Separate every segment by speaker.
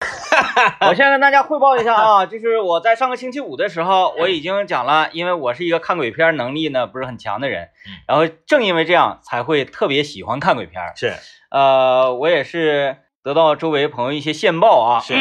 Speaker 1: 我先跟大家汇报一下啊， 就是我在上个星期五的时候，我已经讲了，因为我是一个看鬼片能力呢不是很强的人，
Speaker 2: 嗯
Speaker 1: 然后正因为这样才会特别喜欢看鬼片。
Speaker 2: 是
Speaker 1: 呃，我也是得到周围朋友一些线报啊，
Speaker 2: 是，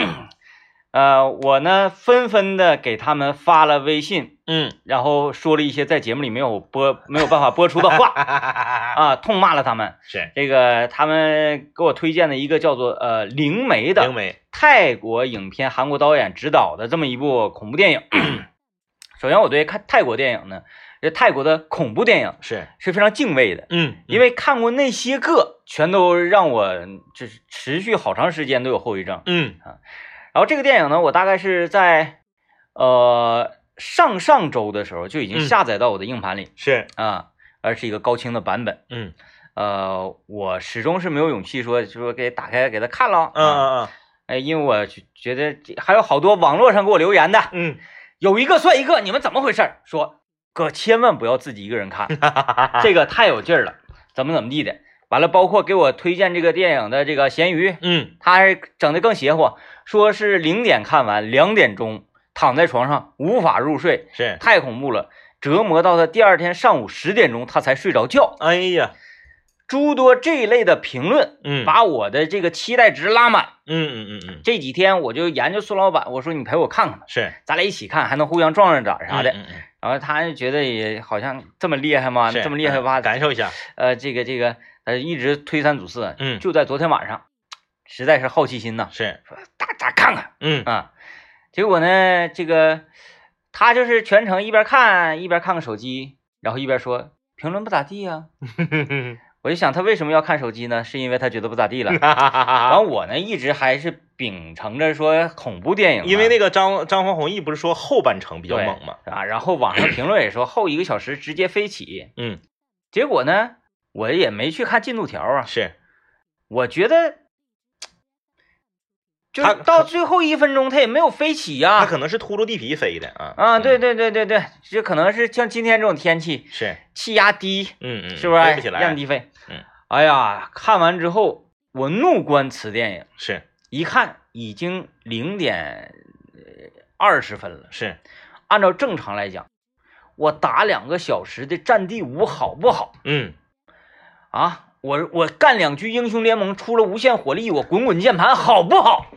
Speaker 1: 呃，我呢纷纷的给他们发了微信，
Speaker 2: 嗯，
Speaker 1: 然后说了一些在节目里没有播没有办法播出的 话啊，痛骂了他们。
Speaker 2: 是
Speaker 1: 这个他们给我推荐的一个叫做呃灵媒的
Speaker 2: 灵媒，
Speaker 1: 泰国影片，韩国导演执导的这么一部恐怖电影。 首先，我对看泰国电影呢，这泰国的恐怖电影
Speaker 2: 是，
Speaker 1: 是非常敬畏的，
Speaker 2: 嗯，
Speaker 1: 因
Speaker 2: 为
Speaker 1: 为看过那些个，全都让我就是持续好长时间都有后遗症。
Speaker 2: 嗯
Speaker 1: 然后这个电影呢，我大概是在呃上上周的时候就已经
Speaker 2: 嗯
Speaker 1: 下载到我的硬盘里、
Speaker 2: 是，
Speaker 1: 啊，而是一个高清的版本。
Speaker 2: 嗯
Speaker 1: 呃，我始终是没有勇气说说给打开给他看了，啊
Speaker 2: 嗯，嗯
Speaker 1: 哎，因为我觉觉得这还有好多网络上给我留言的，
Speaker 2: 嗯
Speaker 1: 有一个算一个，你们怎么回事儿？说哥千万不要自己一个人看，这个太有劲儿了，怎么怎么地的。完了，包括给我推荐这个电影的这个咸鱼，
Speaker 2: 嗯
Speaker 1: 他还整的更邪乎，说是零点看完，两点钟躺在床上无法入睡，
Speaker 2: 是，
Speaker 1: 太恐怖了，折磨到他第二天上午十点钟他才睡着觉。
Speaker 2: 哎呀，
Speaker 1: 诸多这一类的评论，
Speaker 2: 嗯
Speaker 1: 把我的这个期待值拉满。
Speaker 2: 嗯嗯嗯嗯，
Speaker 1: 这几天我就研究孙老板，我说你陪我看看吧，
Speaker 2: 是
Speaker 1: 咱俩一起看，还能互相壮壮胆啥的。
Speaker 2: 嗯嗯嗯
Speaker 1: 然后他就觉得也好像这么厉害吗？
Speaker 2: 是
Speaker 1: 这么厉害
Speaker 2: 嗯
Speaker 1: 吧？
Speaker 2: 感受一下，
Speaker 1: 呃，这个这个呃，一直推三阻四。
Speaker 2: 嗯
Speaker 1: 就在昨天晚上，实在是好奇心呐，
Speaker 2: 是，
Speaker 1: 说大家看看。
Speaker 2: 嗯
Speaker 1: 啊，结果呢，这个他就是全程一边看一边看个手机，然后一边说评论不咋地呀、我就想他为什么要看手机呢？是因为他觉得不咋地 了。然后我呢，一直还是秉承着说恐怖电影啊，
Speaker 2: 因为那个张张黄宏毅不是说后半程比较
Speaker 1: 对
Speaker 2: 猛吗？
Speaker 1: 啊，然后网上评论也说后一个小时直接飞起，
Speaker 2: 嗯，
Speaker 1: 结果呢，我也没去看进度条啊，
Speaker 2: 是，
Speaker 1: 我觉得。就
Speaker 2: 他
Speaker 1: 是到最后一分钟，他也没有飞起呀、
Speaker 2: 他可能是秃噜地皮飞的啊
Speaker 1: 啊，对
Speaker 2: 嗯
Speaker 1: 对对对对，这可能是像今天这种天气，
Speaker 2: 是，
Speaker 1: 气压低，
Speaker 2: 嗯嗯，
Speaker 1: 是不是？
Speaker 2: 飞不起
Speaker 1: 量
Speaker 2: 来？
Speaker 1: 低飞。
Speaker 2: 嗯，
Speaker 1: 哎呀，看完之后我怒观此电影，
Speaker 2: 是
Speaker 1: 一看已经零点呃二十分了。
Speaker 2: 是，
Speaker 1: 按照正常来讲，我打两个小时的《战地五》好不好
Speaker 2: 嗯
Speaker 1: 啊？我我干两局英雄联盟，出了无限火力，我滚滚键盘好不好？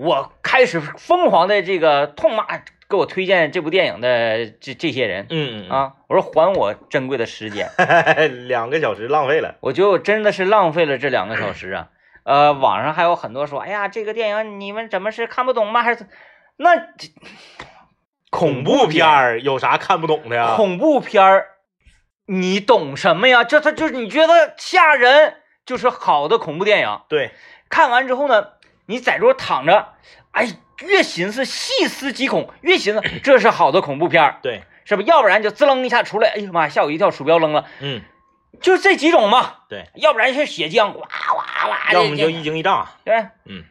Speaker 1: 我开始疯狂的这个痛骂给我推荐这部电影的这这些人，
Speaker 2: 嗯嗯嗯
Speaker 1: 啊，我说还我珍贵的时间，啊
Speaker 2: 两个小时浪费了，
Speaker 1: 我觉得我真的是浪费了这两个小时啊。呃，网上还有很多说，哎呀，这个电影你们怎么是看不懂吗？还是那这
Speaker 2: 恐怖片儿有啥看不懂的呀？
Speaker 1: 恐怖片儿，你懂什么呀？这它就是你觉得吓人，就是好的恐怖电影。
Speaker 2: 对，
Speaker 1: 看完之后呢，你在桌躺着，哎，越寻思细思极恐，越 寻思这是好的恐怖片儿，
Speaker 2: 对，
Speaker 1: 是吧？要不然就滋楞一下出来，哎呀妈呀，吓我一跳，鼠标扔了，
Speaker 2: 嗯，
Speaker 1: 就这几种嘛。
Speaker 2: 对，
Speaker 1: 要不然是血浆，哇哇哇的，
Speaker 2: 要么就一惊一乍，
Speaker 1: 对，
Speaker 2: 嗯，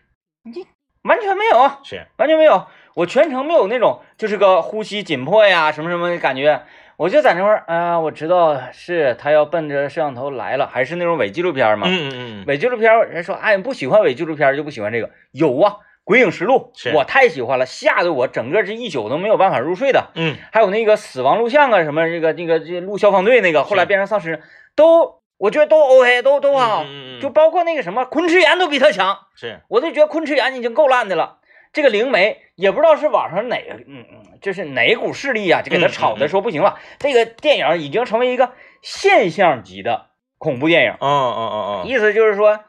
Speaker 1: 完全没有，啊
Speaker 2: 是，
Speaker 1: 完全没有，我全程没有那种就是个呼吸紧迫呀什么什么的感觉，我就在那块儿啊、我知道是他要奔着摄像头来了，还是那种伪纪录片嘛，
Speaker 2: 嗯嗯嗯，
Speaker 1: 伪纪录片人说哎你不喜欢伪纪录片就不喜欢这个，有啊。《鬼影实录
Speaker 2: 是》
Speaker 1: 我太喜欢了，吓得我整个这一宿都没有办法入睡的。
Speaker 2: 嗯
Speaker 1: 还有那个死亡录像啊，什么这个这个这录消防队那个，后来变成丧尸，都我觉得都 OK，都都好。
Speaker 2: 嗯嗯嗯
Speaker 1: 就包括那个什么昆池岩都比他强，
Speaker 2: 是，
Speaker 1: 我都觉得昆池岩已经够烂的了。这个灵媒也不知道是网上哪个，嗯嗯，就是哪股势力啊，就给他炒
Speaker 2: 嗯嗯
Speaker 1: 的
Speaker 2: 嗯
Speaker 1: 说不行了，这个电影已经成为一个现象级的恐怖电影。
Speaker 2: 嗯嗯嗯嗯，
Speaker 1: 意思就是说，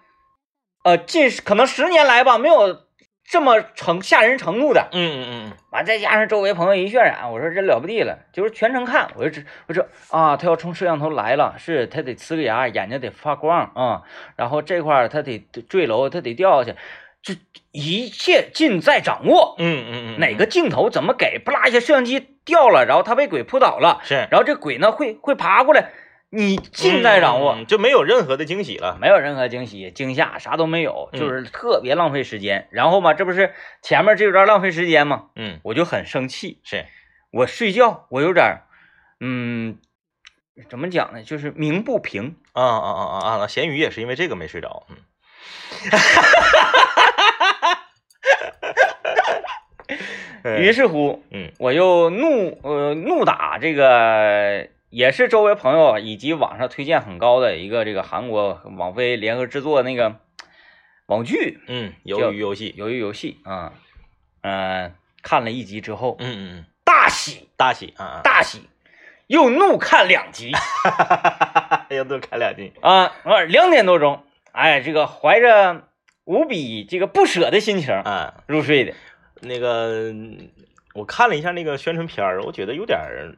Speaker 1: 呃，近十可能十年来吧，没有这么成吓人程度的。
Speaker 2: 嗯嗯嗯
Speaker 1: 完，再加上周围朋友一渲染，我说这了不地了，就是全程看，我就知我这啊，他要冲摄像头来了，是他得呲个牙，眼睛得发光啊、然后这块儿他得坠楼，他得掉下去，这一切尽在掌握，
Speaker 2: 嗯嗯嗯，
Speaker 1: 哪个镜头怎么给，不拉一下摄像机掉了，然后他被鬼扑倒了，
Speaker 2: 是
Speaker 1: 然后这鬼呢会会爬过来，你尽在掌握，
Speaker 2: 嗯就没有任何的惊喜了。
Speaker 1: 没有任何惊喜、惊吓，啥都没有，
Speaker 2: 嗯
Speaker 1: 就是特别浪费时间。然后嘛，这不是前面这有点浪费时间嘛，
Speaker 2: 嗯，
Speaker 1: 我就很生气。
Speaker 2: 是，
Speaker 1: 我睡觉，我有点儿，嗯，怎么讲呢？就是鸣不平。
Speaker 2: 啊啊啊啊啊！ 咸鱼也是因为这个没睡着。嗯，
Speaker 1: 于是乎，
Speaker 2: 嗯，
Speaker 1: 我又怒呃怒打这个，也是周围朋友以及网上推荐很高的一个这个韩国网飞联合制作那个网剧
Speaker 2: 嗯，鱿鱼游戏，
Speaker 1: 《鱿鱼游戏》啊，嗯、呃，看了一集之后
Speaker 2: 嗯嗯嗯，
Speaker 1: 大喜
Speaker 2: 大喜啊
Speaker 1: 大喜，又怒看两集
Speaker 2: 啊，要多看两斤，
Speaker 1: 啊，呃两点多钟，哎，这个怀着无比这个不舍的心情
Speaker 2: 啊，
Speaker 1: 入睡的，
Speaker 2: 那个嗯我看了一下那个宣传片儿，我觉得有点儿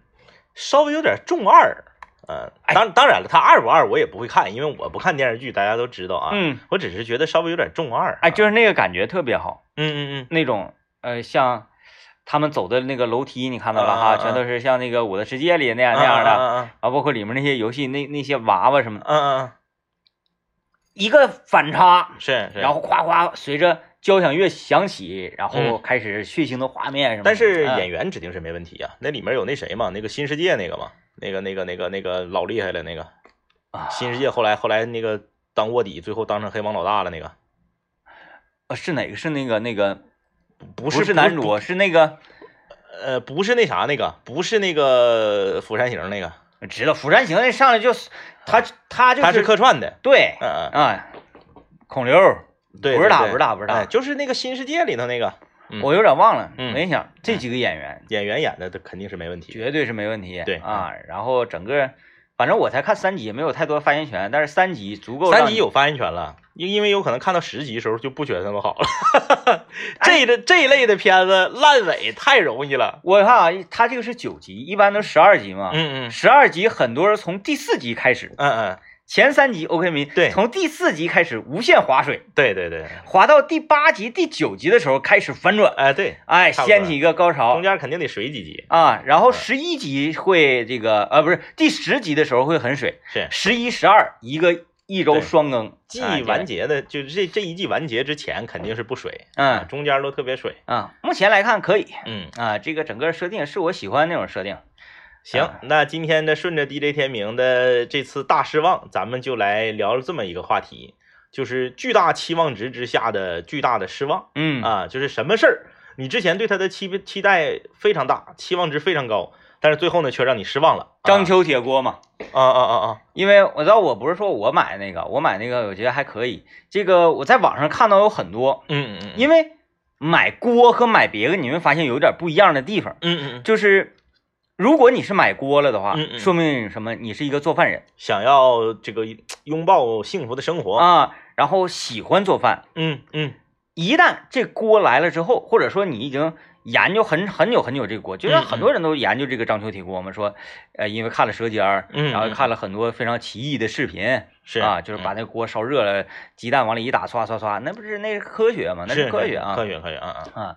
Speaker 2: 稍微有点儿重二，嗯、
Speaker 1: 哎
Speaker 2: 当当然了，它二不二我也不会看，因为我不看电视剧，大家都知道啊，
Speaker 1: 嗯，
Speaker 2: 我只是觉得稍微有点重二、，
Speaker 1: 哎，就是是那个感觉特别好。
Speaker 2: 嗯嗯
Speaker 1: 那种呃，像他们走的那个楼梯，你看到了
Speaker 2: 啊
Speaker 1: 哈，
Speaker 2: 啊
Speaker 1: 全都是像那个《我的世界》里那样
Speaker 2: 嗯，
Speaker 1: 那样的
Speaker 2: 嗯
Speaker 1: 啊，包括里面那些游戏那那些娃娃什么的，
Speaker 2: 嗯嗯，
Speaker 1: 一个反差，
Speaker 2: 是是，
Speaker 1: 然后夸夸随着交响乐响起，然后
Speaker 2: 嗯
Speaker 1: 开始血腥的画面什么的。啊
Speaker 2: 但是演
Speaker 1: 员
Speaker 2: 员指定是没问题啊，那里面有那谁嘛，那个新世界那个嘛，那个那个那个那个老厉害了那个
Speaker 1: 啊
Speaker 2: 新世界，后来后来那个当卧底，最后当成黑帮老大了那个，
Speaker 1: 呃是哪个？是那个那个
Speaker 2: 不
Speaker 1: 是
Speaker 2: 是
Speaker 1: 男，主，是那个
Speaker 2: 呃，不是那啥那个，不是那个釜山行那个，
Speaker 1: 知道《釜山行》那上来就是他他就
Speaker 2: 他是客串的，
Speaker 1: 对
Speaker 2: 嗯嗯，
Speaker 1: 啊，孔刘，
Speaker 2: 对，
Speaker 1: 不是他
Speaker 2: 对
Speaker 1: 不是他不是他
Speaker 2: 哎就是那个新世界里头那个嗯
Speaker 1: 我有点忘了，
Speaker 2: 嗯
Speaker 1: 我一想这几个演员
Speaker 2: 演员演的，这肯定是没问题，
Speaker 1: 绝对是没问题。
Speaker 2: 对
Speaker 1: 啊，然后整个，反正我才看三集，没有太多发言权，但是三集足够让
Speaker 2: 三集
Speaker 1: 你
Speaker 2: 有发言权了，因因为有可能看到十集的时候就不觉得那么好了。这一类这一类的片子烂尾太容易了。
Speaker 1: 我看啊，他这个是九集，一般都十二集嘛。
Speaker 2: 嗯嗯
Speaker 1: 十二集很多人从第四集开始，
Speaker 2: 嗯嗯，
Speaker 1: 前三集 OK 没？
Speaker 2: 对
Speaker 1: 从第四集开始无限划水，
Speaker 2: 对对对，
Speaker 1: 划到第八集、第九集的时候开始反转，
Speaker 2: 哎对，
Speaker 1: 哎，
Speaker 2: 差不多
Speaker 1: 掀起一个高潮
Speaker 2: 中间嗯肯定得水几集。
Speaker 1: 啊。然后十一集会这个，呃，不是第十集的时候会很水，
Speaker 2: 是
Speaker 1: 十一、十二一个一周
Speaker 2: 对
Speaker 1: 双更，
Speaker 2: 季
Speaker 1: 哎
Speaker 2: 完，结的，就是这这一季完结之前肯定是不水，
Speaker 1: 嗯
Speaker 2: 中间都特别水。
Speaker 1: 啊，目前来看可以，
Speaker 2: 嗯，
Speaker 1: 啊，这个整个设定是我喜欢那种设定。
Speaker 2: 行
Speaker 1: 啊，
Speaker 2: 那今天呢，顺着 DJ 天明的这次大失望，咱们就来聊这么一个话题，就是巨大期望值之下的巨大的失望。
Speaker 1: 嗯
Speaker 2: 啊，就是什么事儿，你之前对他的期期待非常大，期望值非常高，但是最后呢，却让你失望了。
Speaker 1: 章丘铁锅嘛，
Speaker 2: 啊啊啊啊，
Speaker 1: 因为我知道我不是说我买那个，我买那个我觉得还可以。这个我在网上看到有很多，
Speaker 2: 嗯嗯
Speaker 1: 因为买锅和买别个你会发现有点不一样的地方，
Speaker 2: 嗯嗯嗯，
Speaker 1: 就是如果你是买锅了的话，
Speaker 2: 嗯嗯
Speaker 1: 说明什么？你是一个做饭人
Speaker 2: 想要这个拥抱幸福的生活。
Speaker 1: 啊，然后喜欢做饭。
Speaker 2: 嗯嗯
Speaker 1: 一旦这锅来了之后，或者说你已经研究很很久很久这个锅，就像很多人都研究这个章丘铁锅嘛，说，呃，因为看了《舌尖儿》，
Speaker 2: 嗯
Speaker 1: 然后
Speaker 2: 嗯
Speaker 1: 看了很多非常奇异的视频，
Speaker 2: 是嗯
Speaker 1: 啊，就是把那锅烧热了，鸡蛋往里一打，唰唰唰，那不是那是科学嘛，那
Speaker 2: 是
Speaker 1: 科学啊
Speaker 2: 科，学科学啊啊，
Speaker 1: 啊，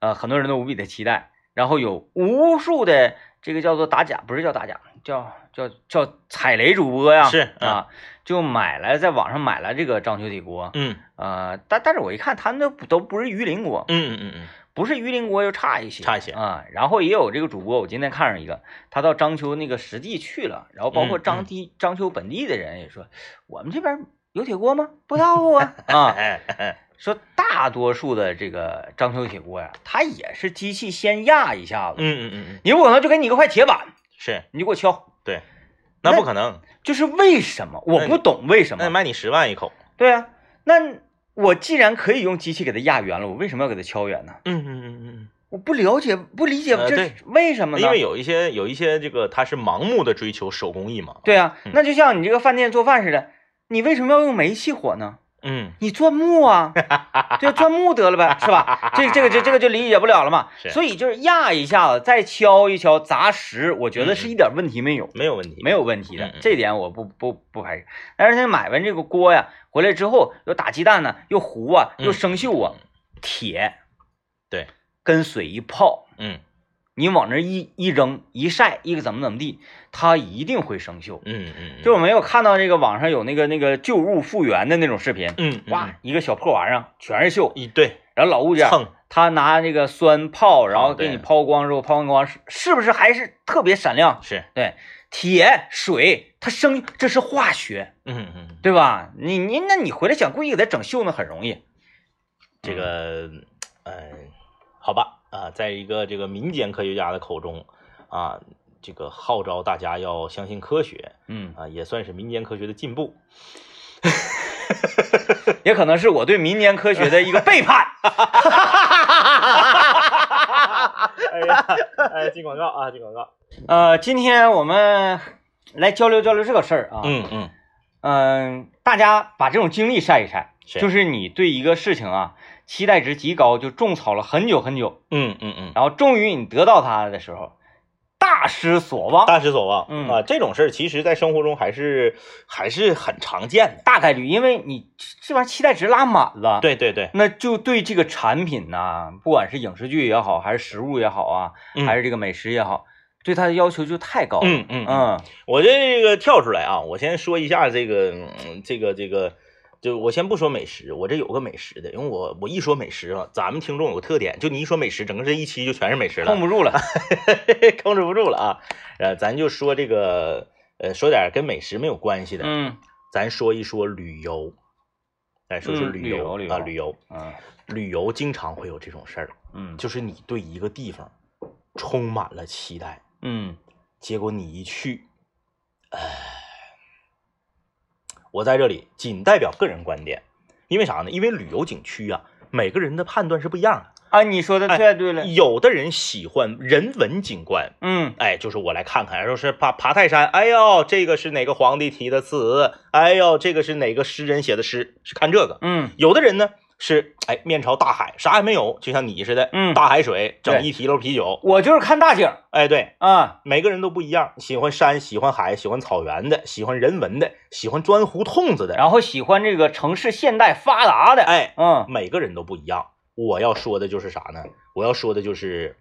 Speaker 1: 呃，很多人都无比的期待，然后有无数的这个叫做打假，不是叫打假，叫叫叫踩雷主播呀，
Speaker 2: 是嗯
Speaker 1: 啊，就买了在网上买了这个章丘铁锅，
Speaker 2: 嗯
Speaker 1: 呃，但但是我一看，他们都不都不是鱼鳞锅，
Speaker 2: 嗯嗯嗯
Speaker 1: 不是鱼鳞锅又差一些，
Speaker 2: 差一些
Speaker 1: 啊。然后也有这个主播，我今天看上一个，他到章丘那个实地去了，然后包括
Speaker 2: 嗯
Speaker 1: 章地、章丘本地的人也说，我们这边有铁锅吗？不知道 啊啊，
Speaker 2: 嗯，
Speaker 1: 说大多数的这个章丘铁锅呀、它也是机器先压一下子，
Speaker 2: 嗯嗯嗯
Speaker 1: 你不可能就给你一块铁板，
Speaker 2: 是
Speaker 1: 你就给我敲，
Speaker 2: 对，那不可能，
Speaker 1: 就是为什么？我
Speaker 2: 那
Speaker 1: 不
Speaker 2: 你
Speaker 1: 懂为什
Speaker 2: 那
Speaker 1: 么。
Speaker 2: 卖你十万一口。
Speaker 1: 对啊，那我既然可以用机器给它压圆了，我为什么要给它敲圆呢？
Speaker 2: 嗯嗯嗯嗯
Speaker 1: 我不了解，不理解
Speaker 2: 呃
Speaker 1: 这
Speaker 2: 对
Speaker 1: 是为什么
Speaker 2: 嗯，
Speaker 1: 呢？
Speaker 2: 因为有一些有一些这个他是盲目的追求手工艺嘛。
Speaker 1: 对啊，
Speaker 2: 嗯
Speaker 1: 那就像你这个饭店做饭似的，你为什么要用煤气火呢？
Speaker 2: 嗯
Speaker 1: 你钻木 啊，对，钻木得了呗，是吧？这这个这这个就理解不了了嘛。
Speaker 2: 是
Speaker 1: 所以就是压一下子，再敲一敲，砸实，我觉得是一点问题没有，
Speaker 2: 没有问题。
Speaker 1: 没有问题的
Speaker 2: 嗯，嗯
Speaker 1: 这点我不不不排斥。但是他买完这个锅呀，回来之后又打鸡蛋呢，又糊啊，又
Speaker 2: 嗯
Speaker 1: 生锈啊，铁
Speaker 2: 对，
Speaker 1: 跟水一泡，
Speaker 2: 嗯
Speaker 1: 你往那儿一一扔一晒，一个怎么怎么地，它一定会生锈。
Speaker 2: 嗯嗯，
Speaker 1: 就我没有看到这个网上有那个那个旧物复原的那种视频，
Speaker 2: 嗯
Speaker 1: 哇，一个小破玩意儿全是锈，
Speaker 2: 一对
Speaker 1: 然后老物件，
Speaker 2: 蹭，
Speaker 1: 他拿那个酸泡，然后
Speaker 2: 哦对
Speaker 1: 给你抛光之后，抛完光是是不是还是特别闪亮？
Speaker 2: 是，
Speaker 1: 对，铁、水，它生这是化学，
Speaker 2: 嗯嗯，
Speaker 1: 对吧？你你那你回来想故意给它整锈那很容易，
Speaker 2: 呃这个，嗯、好吧，啊，在一个这个民间科学家的口中啊，这个号召大家要相信科学
Speaker 1: 嗯，
Speaker 2: 啊，也算是民间科学的进步。
Speaker 1: 也可能是我对民间科学的一个背 叛。
Speaker 2: 哎呀，哎，进广告啊，进广告。
Speaker 1: 呃，今天我们来交流交流这个事儿啊。
Speaker 2: 嗯嗯，
Speaker 1: 嗯、大家把这种经历晒一晒，
Speaker 2: 是
Speaker 1: 就是你对一个事情啊期待值极高，就种草了很久很久，
Speaker 2: 嗯嗯嗯，
Speaker 1: 然后终于你得到它的时候，大失所望，大
Speaker 2: 大失所望。
Speaker 1: 嗯
Speaker 2: 啊，这种事儿其实在生活中还是还是很常见的。
Speaker 1: 概率，因为你这这玩意儿期待值拉满了。。
Speaker 2: 对对对，
Speaker 1: 那就对这个产品呐、不管是影视剧也好，还是食物也好啊，
Speaker 2: 嗯
Speaker 1: 还是这个美食也好，对它的要求就太高了。
Speaker 2: 嗯嗯嗯，我这个跳出来啊，我先说一下这个嗯这个这个，就我先不说美食，我这有个美食的，因为我我一说美食啊，咱们听众有个特点，就你一说美食，整个这一期就全是美食了，
Speaker 1: 控不住了。
Speaker 2: 控制不住了啊。呃，咱就说这个，呃，说点跟美食没有关系的，
Speaker 1: 嗯
Speaker 2: 咱说一说旅游。来说说
Speaker 1: 嗯
Speaker 2: 旅游、
Speaker 1: 旅游
Speaker 2: 啊，
Speaker 1: 旅
Speaker 2: 旅游，
Speaker 1: 嗯
Speaker 2: 旅游经常会有这种事儿，
Speaker 1: 嗯
Speaker 2: 就是你对一个地方充满了期待，
Speaker 1: 嗯
Speaker 2: 结果你一去，唉，我在这里仅代表个人观点，因为啥呢？因为旅游景区啊，每个人的判断是不一样
Speaker 1: 啊，你说的
Speaker 2: 哎
Speaker 1: 太对了
Speaker 2: 的。。有的人喜欢人文景观，
Speaker 1: 嗯
Speaker 2: 哎，就是我来看看，说是爬爬泰山，哎呦，这个是哪个皇帝题的词？哎呦，这个是哪个诗人写的诗？是看这个。
Speaker 1: 嗯
Speaker 2: 有的人呢是哎面朝大海，啥也没有，就像你似的，
Speaker 1: 嗯
Speaker 2: 大海水，整
Speaker 1: 对
Speaker 2: 一提溜啤酒，
Speaker 1: 我就是看大景儿
Speaker 2: 哎，对，
Speaker 1: 啊，
Speaker 2: 每个人都不一样，喜欢山，喜欢海，喜欢草原的，喜欢人文的，喜欢钻胡同子的，
Speaker 1: 然后喜欢这个城市现代发达的。
Speaker 2: 哎，
Speaker 1: 嗯
Speaker 2: 每个人都不一样。我要说的就是啥呢？我要说的就是，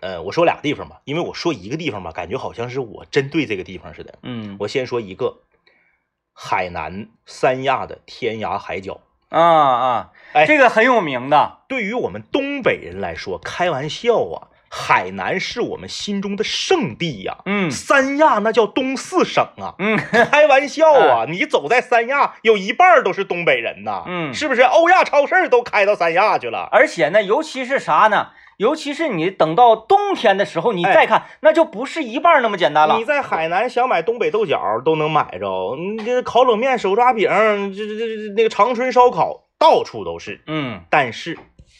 Speaker 2: 呃，我说俩地方吧，因为我说一个地方吧，感觉好像是我针对这个地方似的。
Speaker 1: 嗯
Speaker 2: 我先说一个，海南三亚的天涯海角，
Speaker 1: 啊啊，
Speaker 2: 哎
Speaker 1: 这个很有名的。
Speaker 2: 对于我们东北人来说，开玩笑啊，海南是我们心中的圣地呀、
Speaker 1: 嗯
Speaker 2: 三亚那叫东四省啊，
Speaker 1: 嗯
Speaker 2: 开玩笑啊！你走在三亚，有一半儿都是东北人呐，
Speaker 1: 嗯
Speaker 2: 是不是？欧亚超市都开到三亚去了。
Speaker 1: 而且呢，尤其是啥呢？尤其是你等到冬天的时候，你再看，那就不是一半儿那么简单了
Speaker 2: 哎你。在海南想买东北豆角儿都能买着，你这烤冷面、手抓饼，这这这这那个长春烧烤到处都是。
Speaker 1: 嗯
Speaker 2: 但是，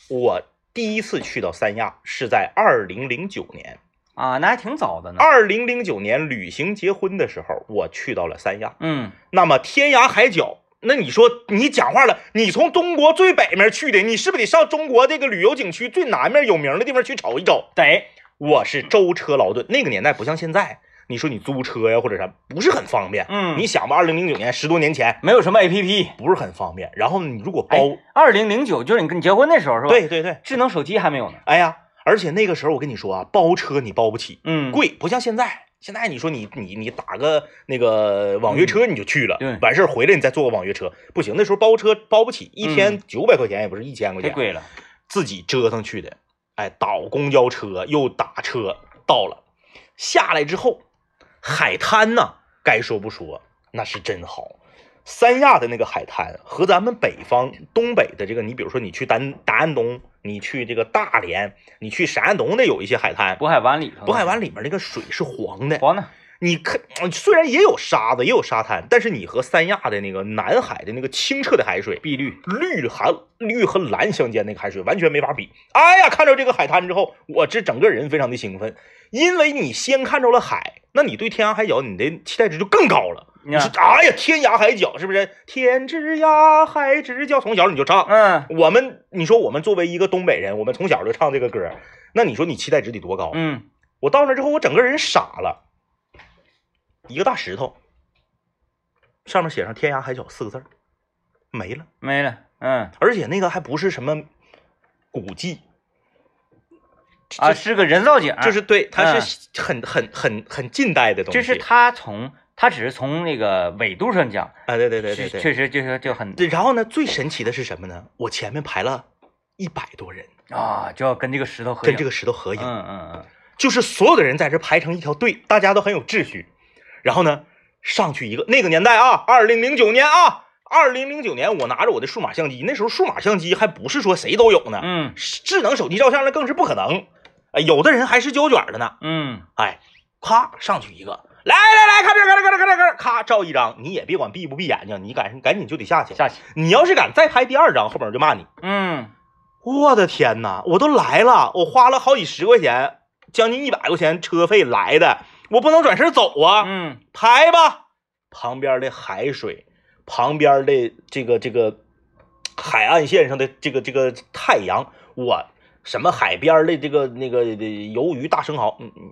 Speaker 2: 我第一次去到三亚是在二零零九年，
Speaker 1: 啊，那还挺早的呢。
Speaker 2: 二零零九年旅行结婚的时候，我去到了三亚。
Speaker 1: 嗯
Speaker 2: 那么天涯海角，那你说你讲话了，你从中国最北面去的，你是不是得上中国这个旅游景区最南面有名的地方去瞅一瞅？
Speaker 1: 得
Speaker 2: 我是舟车劳顿，那个年代不像现在，你说你租车呀或者啥，不是很方便。
Speaker 1: 嗯
Speaker 2: 你想吧，二零零九年十多年前
Speaker 1: 没有什么 A P P。
Speaker 2: 不是很方便。然后你如果包，
Speaker 1: 哎二零零九就是你跟你结婚那时候是吧？，
Speaker 2: 对对对，
Speaker 1: 智能手机还没有呢。
Speaker 2: 哎呀，而且那个时候我跟你说啊，包车你包不起，
Speaker 1: 嗯，
Speaker 2: 贵，不像现在。现在你说你你你打个那个网约车你就去了，
Speaker 1: 嗯对
Speaker 2: 完事儿回来你再坐个网约车，不行，那时候包车包不起，一天九百块钱也不是一千块
Speaker 1: 嗯太
Speaker 2: 钱，
Speaker 1: 贵了。
Speaker 2: 自己折腾去的，哎，倒公交车又打车到了，下来之后，海滩呐，该说不说，那是真好。三亚的那个海滩和咱们北方东北的这个，你比如说你去丹达安东，你去这个大连，你去陕安东的有一些海滩，
Speaker 1: 渤海湾里头呢，
Speaker 2: 渤海湾里面那个水是黄的，
Speaker 1: 黄呢？
Speaker 2: 你看呃虽然也有沙子，也有沙滩，但是你和三亚的那个南海的那个清澈的海水，
Speaker 1: 碧绿。
Speaker 2: 绿含绿和蓝相间那个海水完全没法比。哎呀，看着这个海滩之后，我这整个人非常的兴奋，因为你先看着了海，那你对天涯海角你的期待值就更高了。
Speaker 1: 你
Speaker 2: 你说
Speaker 1: 看，，
Speaker 2: 哎呀，天涯海角是不是？天之涯，海之角，从小你就唱。
Speaker 1: 嗯
Speaker 2: 我们，你说我们作为一个东北人，我们从小就唱这个歌儿，那你说你期待值得多高？啊
Speaker 1: 嗯，
Speaker 2: 我到那之后，我整个人傻了，一个大石头，上面写上“天涯海角”四个字儿，没了。
Speaker 1: 没了。嗯
Speaker 2: 而且那个还不是什么古迹，
Speaker 1: 啊，是个人造景，
Speaker 2: 就是对，它是很很很很近代的东西。
Speaker 1: 就是他从他只是从那个纬度上讲，
Speaker 2: 啊，对对对对
Speaker 1: 是
Speaker 2: 对。
Speaker 1: 确实就是就很
Speaker 2: 对然后呢，最神奇的是什么呢？我前面排了一百多人，
Speaker 1: 啊，就要跟这个石头合
Speaker 2: 跟这
Speaker 1: 个
Speaker 2: 个石头合影，
Speaker 1: 嗯嗯嗯，
Speaker 2: 就是所有的人在这排成一条队，大家都很有秩序。然后呢，上去一个，那个年代啊，二零零九年啊，二零零九年我拿着我的数码相机，那时候数码相机还不是说谁都有呢，
Speaker 1: 嗯
Speaker 2: 智能手机照相那更是不可能。哎，有的人还是胶卷的呢。
Speaker 1: 嗯，
Speaker 2: 哎，咔上去一个，来来来，看这儿看这儿看这儿看这儿，咔照一张，你也别管闭不闭眼睛，你赶赶紧就得下去。
Speaker 1: 下去，
Speaker 2: 你要是敢再拍第二张，后面我就骂你。
Speaker 1: 嗯
Speaker 2: 我的天呐，我都来了，我花了好几十块钱，将近一百块钱车费来的，我不能转身走啊。
Speaker 1: 嗯
Speaker 2: 拍吧。旁边的海水，旁边的这个这个海岸线上的这个这个太阳，我什么海边的这个那个呃鱿鱼、大生蚝，嗯嗯，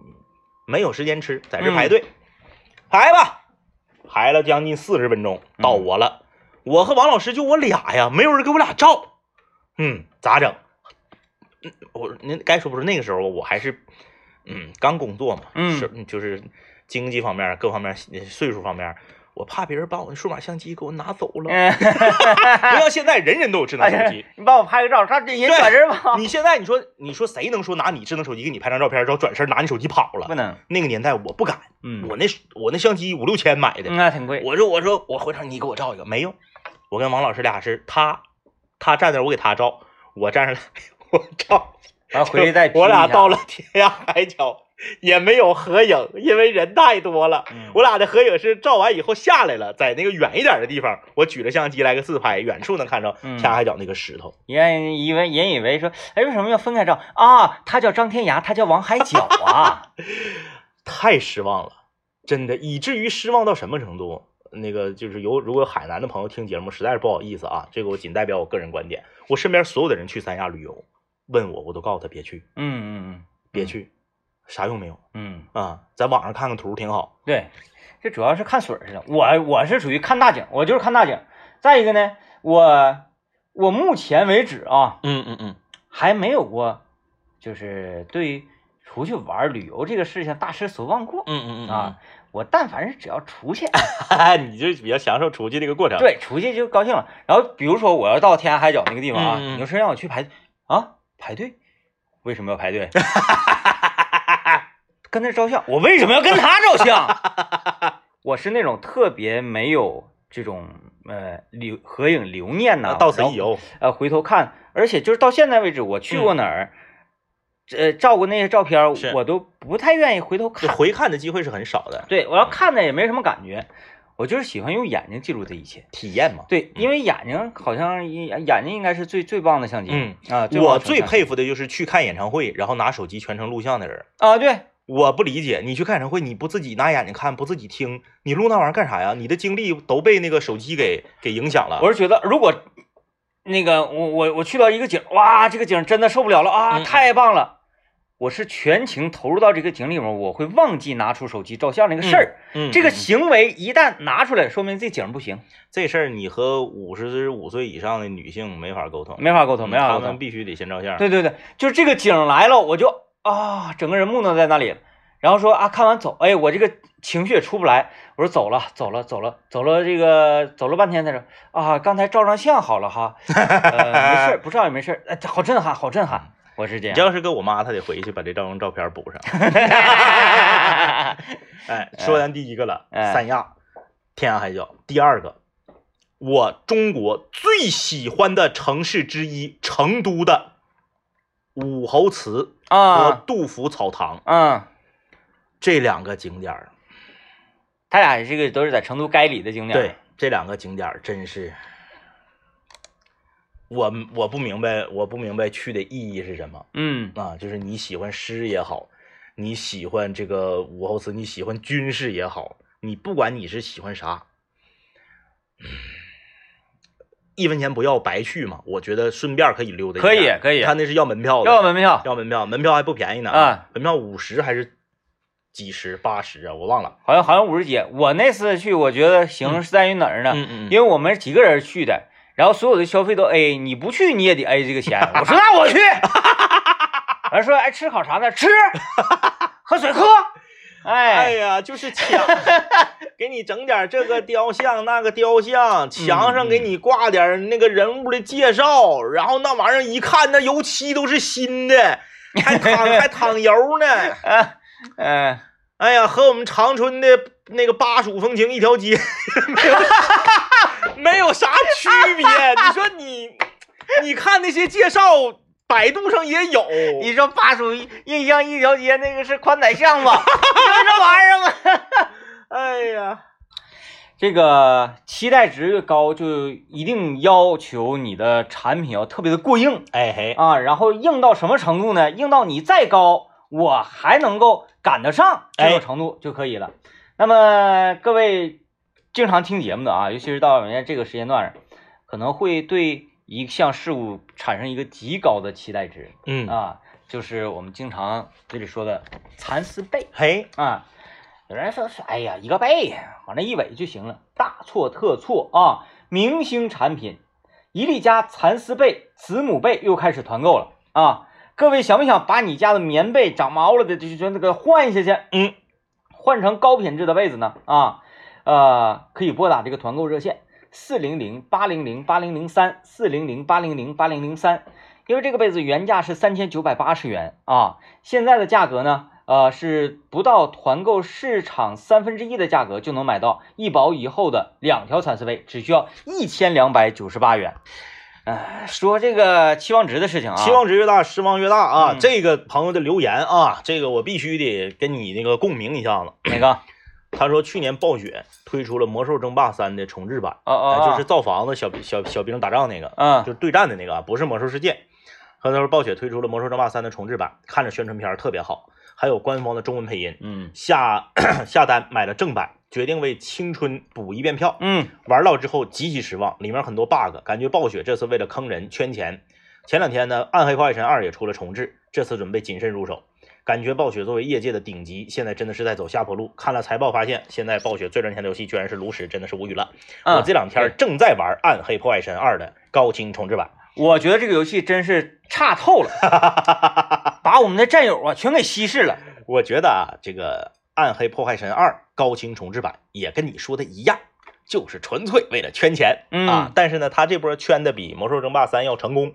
Speaker 2: 没有时间吃，在这排队、排吧，排了将近四十分钟，到我了。我和王老师就我俩呀，没有人给我俩照，嗯，咋整？嗯我那该说不说，那个时候我还是，嗯，刚工作嘛，
Speaker 1: 嗯
Speaker 2: 是就是经济方面各方面岁数方面，我怕别人把我的数码相机给我拿走了。
Speaker 1: 嗯，
Speaker 2: 不
Speaker 1: 哎
Speaker 2: 像现在人人都有智能手机，
Speaker 1: 你帮我拍个照，上人转身吧，
Speaker 2: 你现在你说你说谁能说拿你智能手机给你拍张照片，然后转身拿你手机跑
Speaker 1: 不
Speaker 2: 了？
Speaker 1: 能，
Speaker 2: 那个年代 我不敢，
Speaker 1: 嗯，
Speaker 2: 我那我那相机五六千买的，
Speaker 1: 那挺贵，
Speaker 2: 我说我说我回头你给我照一个，没有，我跟王老师俩是他他站那儿我给他照，我站上来我照，
Speaker 1: 完 回去再
Speaker 2: 我俩到
Speaker 1: 了，
Speaker 2: 了天涯海角也没有合影，因为人太多了。
Speaker 1: 嗯
Speaker 2: 我俩的合影是照完以后下来了，在那个远一点的地方，我举着相机来个自拍，远处能看着
Speaker 1: 嗯
Speaker 2: 天涯海角那个石头。
Speaker 1: 人以为人以为说，哎，为什么要分开照啊？他叫张天涯，他叫王海角啊，
Speaker 2: 太失望了，真的，以至于失望到什么程度？那个就是有如果有海南的朋友听节目，实在是不好意思啊，这个我仅代表我个人观点。我身边所有的人去三亚旅游，问我，我都告诉他别去，
Speaker 1: 嗯嗯
Speaker 2: 别去，啥用没有
Speaker 1: 嗯嗯，
Speaker 2: 啊？在网上看看图挺好。
Speaker 1: 对，这主要是看水儿似的，我我是属于看大景，我就是看大景。再一个呢，我我目前为止啊，
Speaker 2: 嗯嗯嗯，
Speaker 1: 还没有过，就是对出去玩儿旅游这个事情大失所望过。
Speaker 2: 嗯嗯
Speaker 1: 啊，我但凡是只要出去，
Speaker 2: 啊，你就比较享受出去这个过程。，
Speaker 1: 对，出去就高兴了。然后比如说我要到天涯海角那个地方啊，
Speaker 2: 嗯嗯
Speaker 1: 你说让我去排啊排队，为什么要排队？ 跟他照相，我为什么要跟他照相？ 我是那种特别没有这种呃留合影留念呐、
Speaker 2: 那到此
Speaker 1: 然
Speaker 2: 一
Speaker 1: 后
Speaker 2: 游。
Speaker 1: 呃，回头看，而且就是到现在为止，我去过哪儿，呃，照过那些照片儿
Speaker 2: 嗯是，
Speaker 1: 我都不太愿意回头
Speaker 2: 就
Speaker 1: 看。
Speaker 2: 回看的机会是很少的，
Speaker 1: 对我要看的也没什么感觉，我就是喜欢用眼睛记录这一切。
Speaker 2: 体验嘛。
Speaker 1: 对，因为眼睛好像眼眼睛应该是最最棒的相机。
Speaker 2: 嗯
Speaker 1: 啊，棒
Speaker 2: 我
Speaker 1: 的成
Speaker 2: 最
Speaker 1: 像
Speaker 2: 佩服的就是去看演唱会，然后拿手机全程录像的人。
Speaker 1: 啊，对，
Speaker 2: 我不理解，你去看演唱会，你不自己拿眼睛看，不自己听，你录那玩意儿干啥呀？你的精力都被那个手机给给影响了。
Speaker 1: 我是觉得如果那个我我我去到一个景，哇，这个景真的受不了了啊，
Speaker 2: 嗯嗯
Speaker 1: 太棒了！我是全情投入到这个景里面，我会忘记拿出手机照相这个事儿。
Speaker 2: 嗯，
Speaker 1: 这个
Speaker 2: 嗯
Speaker 1: 行为一旦拿出来，说明这景不行，
Speaker 2: 这事儿你和五十五岁以上的女性没法沟通，嗯
Speaker 1: 没法沟通，没法
Speaker 2: 他
Speaker 1: 沟
Speaker 2: 们
Speaker 1: 通。
Speaker 2: 必须得先照相。
Speaker 1: 对对对，就是这个景来了，我就啊，整个人木讷在那里了。然后说啊，看完走，哎，我这个情绪也出不来。我说走了，走了，走了，走了，这个走了半天才说啊，刚才照张相好了哈，呃，没事儿，不照也没事儿，哎，好震撼，好震撼，我是这
Speaker 2: 你
Speaker 1: 样。
Speaker 2: 要是跟我妈，她得回去把这张照片 补上。哎，说完第一个了，
Speaker 1: 哎
Speaker 2: 三亚、天涯海角。第二个，我中国最喜欢的城市之一，成都的武侯祠和
Speaker 1: 啊，
Speaker 2: 杜甫草堂、
Speaker 1: 嗯，
Speaker 2: 这两个景点儿。
Speaker 1: 他俩这个都是在成都街里的景点。
Speaker 2: 对，，这两个景点儿真是，我我不明白，我不明白去的意义是什么
Speaker 1: 嗯
Speaker 2: 啊？就是你喜欢诗也好，你喜欢这个武侯祠，你喜欢军事也好，你不管你是喜欢啥，一分钱不要白去嘛。我觉得顺便可以溜达一下，
Speaker 1: 可以可以
Speaker 2: 他那是要门票的，
Speaker 1: 要门票，
Speaker 2: 要门票，门票还不便宜呢
Speaker 1: 啊！
Speaker 2: 门票五十还是几十、八十啊？我忘了。
Speaker 1: 好像好像五十几。我那次去，我觉得行是在于哪儿呢？
Speaker 2: 嗯
Speaker 1: 因为我们是几个人去的，然后所有的消费都 A，你不去你也得 A 这个 钱。我说那我去，完说哎吃烤肠的 吃，喝水喝，
Speaker 2: 哎
Speaker 1: 哎，
Speaker 2: 呀，就是抢，给你整点这个雕像、那个雕像，墙
Speaker 1: 嗯
Speaker 2: 上给你挂点那个人物的介绍，然后那玩意儿一看，那油漆都是新的，还淌还淌油呢。
Speaker 1: 嗯嗯
Speaker 2: 哎呀，和我们长春的那个巴蜀风情一条街，没有啥区别。你说你，你看那些介绍，百度上也有。
Speaker 1: 你说巴蜀印象一条街那个是宽窄巷吧？就这玩意儿吗？
Speaker 2: 哎呀，
Speaker 1: 这个期待值越高，就一定要求你的产品要特别的过硬
Speaker 2: 哎嘿，
Speaker 1: 啊，然后硬到什么程度呢？硬到你再高，我还能够赶得上这
Speaker 2: 哎
Speaker 1: 种程度就可以了。那么各位经常听节目的啊，尤其是到人家这个时间段儿，可能会对一项事物产生一个极高的期待值
Speaker 2: 嗯，
Speaker 1: 啊，就是我们经常这里说的蚕丝被。
Speaker 2: 嘿，
Speaker 1: 啊，有人说是哎呀一个背往那一尾就行了，大错特错啊！明星产品，一粒家蚕丝被、子母被又开始团购了啊！各位想不想把你家的棉被长毛了的，就就那个换下去，
Speaker 2: 嗯，
Speaker 1: 换成高品质的被子呢？啊，呃，可以拨打这个团购热线四零零八零零八零零三四零零八零零八零零三。因为这个被子原价是三千九百八十元啊，现在的价格呢，呃，是不到团购市场三分之一的价格就能买到一薄一厚的两条蚕丝被，只需要一千两百九十八元。呃，说这个期望值的事情啊，
Speaker 2: 期望值越大，失望越大啊！
Speaker 1: 嗯
Speaker 2: 这个朋友的留言啊，这个我必须得跟你那个共鸣一下子。
Speaker 1: 哪个？
Speaker 2: 他说去年暴雪推出了《魔兽争霸三》的重制版，
Speaker 1: 哦哦，
Speaker 2: 啊
Speaker 1: 哦
Speaker 2: 就是造房子、小小小兵打仗那个，就
Speaker 1: 嗯，
Speaker 2: 是对战的那个啊，不是魔兽世界。和他说暴雪推出了《魔兽争霸三》的重制版，看着宣传片儿特别好，还有官方的中文配音。
Speaker 1: 嗯
Speaker 2: 下 下单买了正版，决定为青春补一遍票。
Speaker 1: 嗯
Speaker 2: 玩到之后极其失望，里面很多 bug，感觉暴雪这次为了坑人圈钱。前两天呢，《暗黑破坏神二》也出了重置，这次准备谨慎入手。感觉暴雪作为业界的顶级，现在真的是在走下坡路。看了财报发现，现在暴雪最赚钱的游戏居然是炉石，真的是无语了。
Speaker 1: 嗯，
Speaker 2: 我这两天正在玩《暗黑破坏神二》的高清重置版。
Speaker 1: 我觉得这个游戏真是差透了， 把我们的战友啊全给稀释了。
Speaker 2: 我觉得啊，这个《暗黑破坏神二》高清重置版也跟你说的一样，就是纯粹为了圈钱、
Speaker 1: 嗯
Speaker 2: 啊。但是呢，他这波圈的比《魔兽争霸三》要成功，《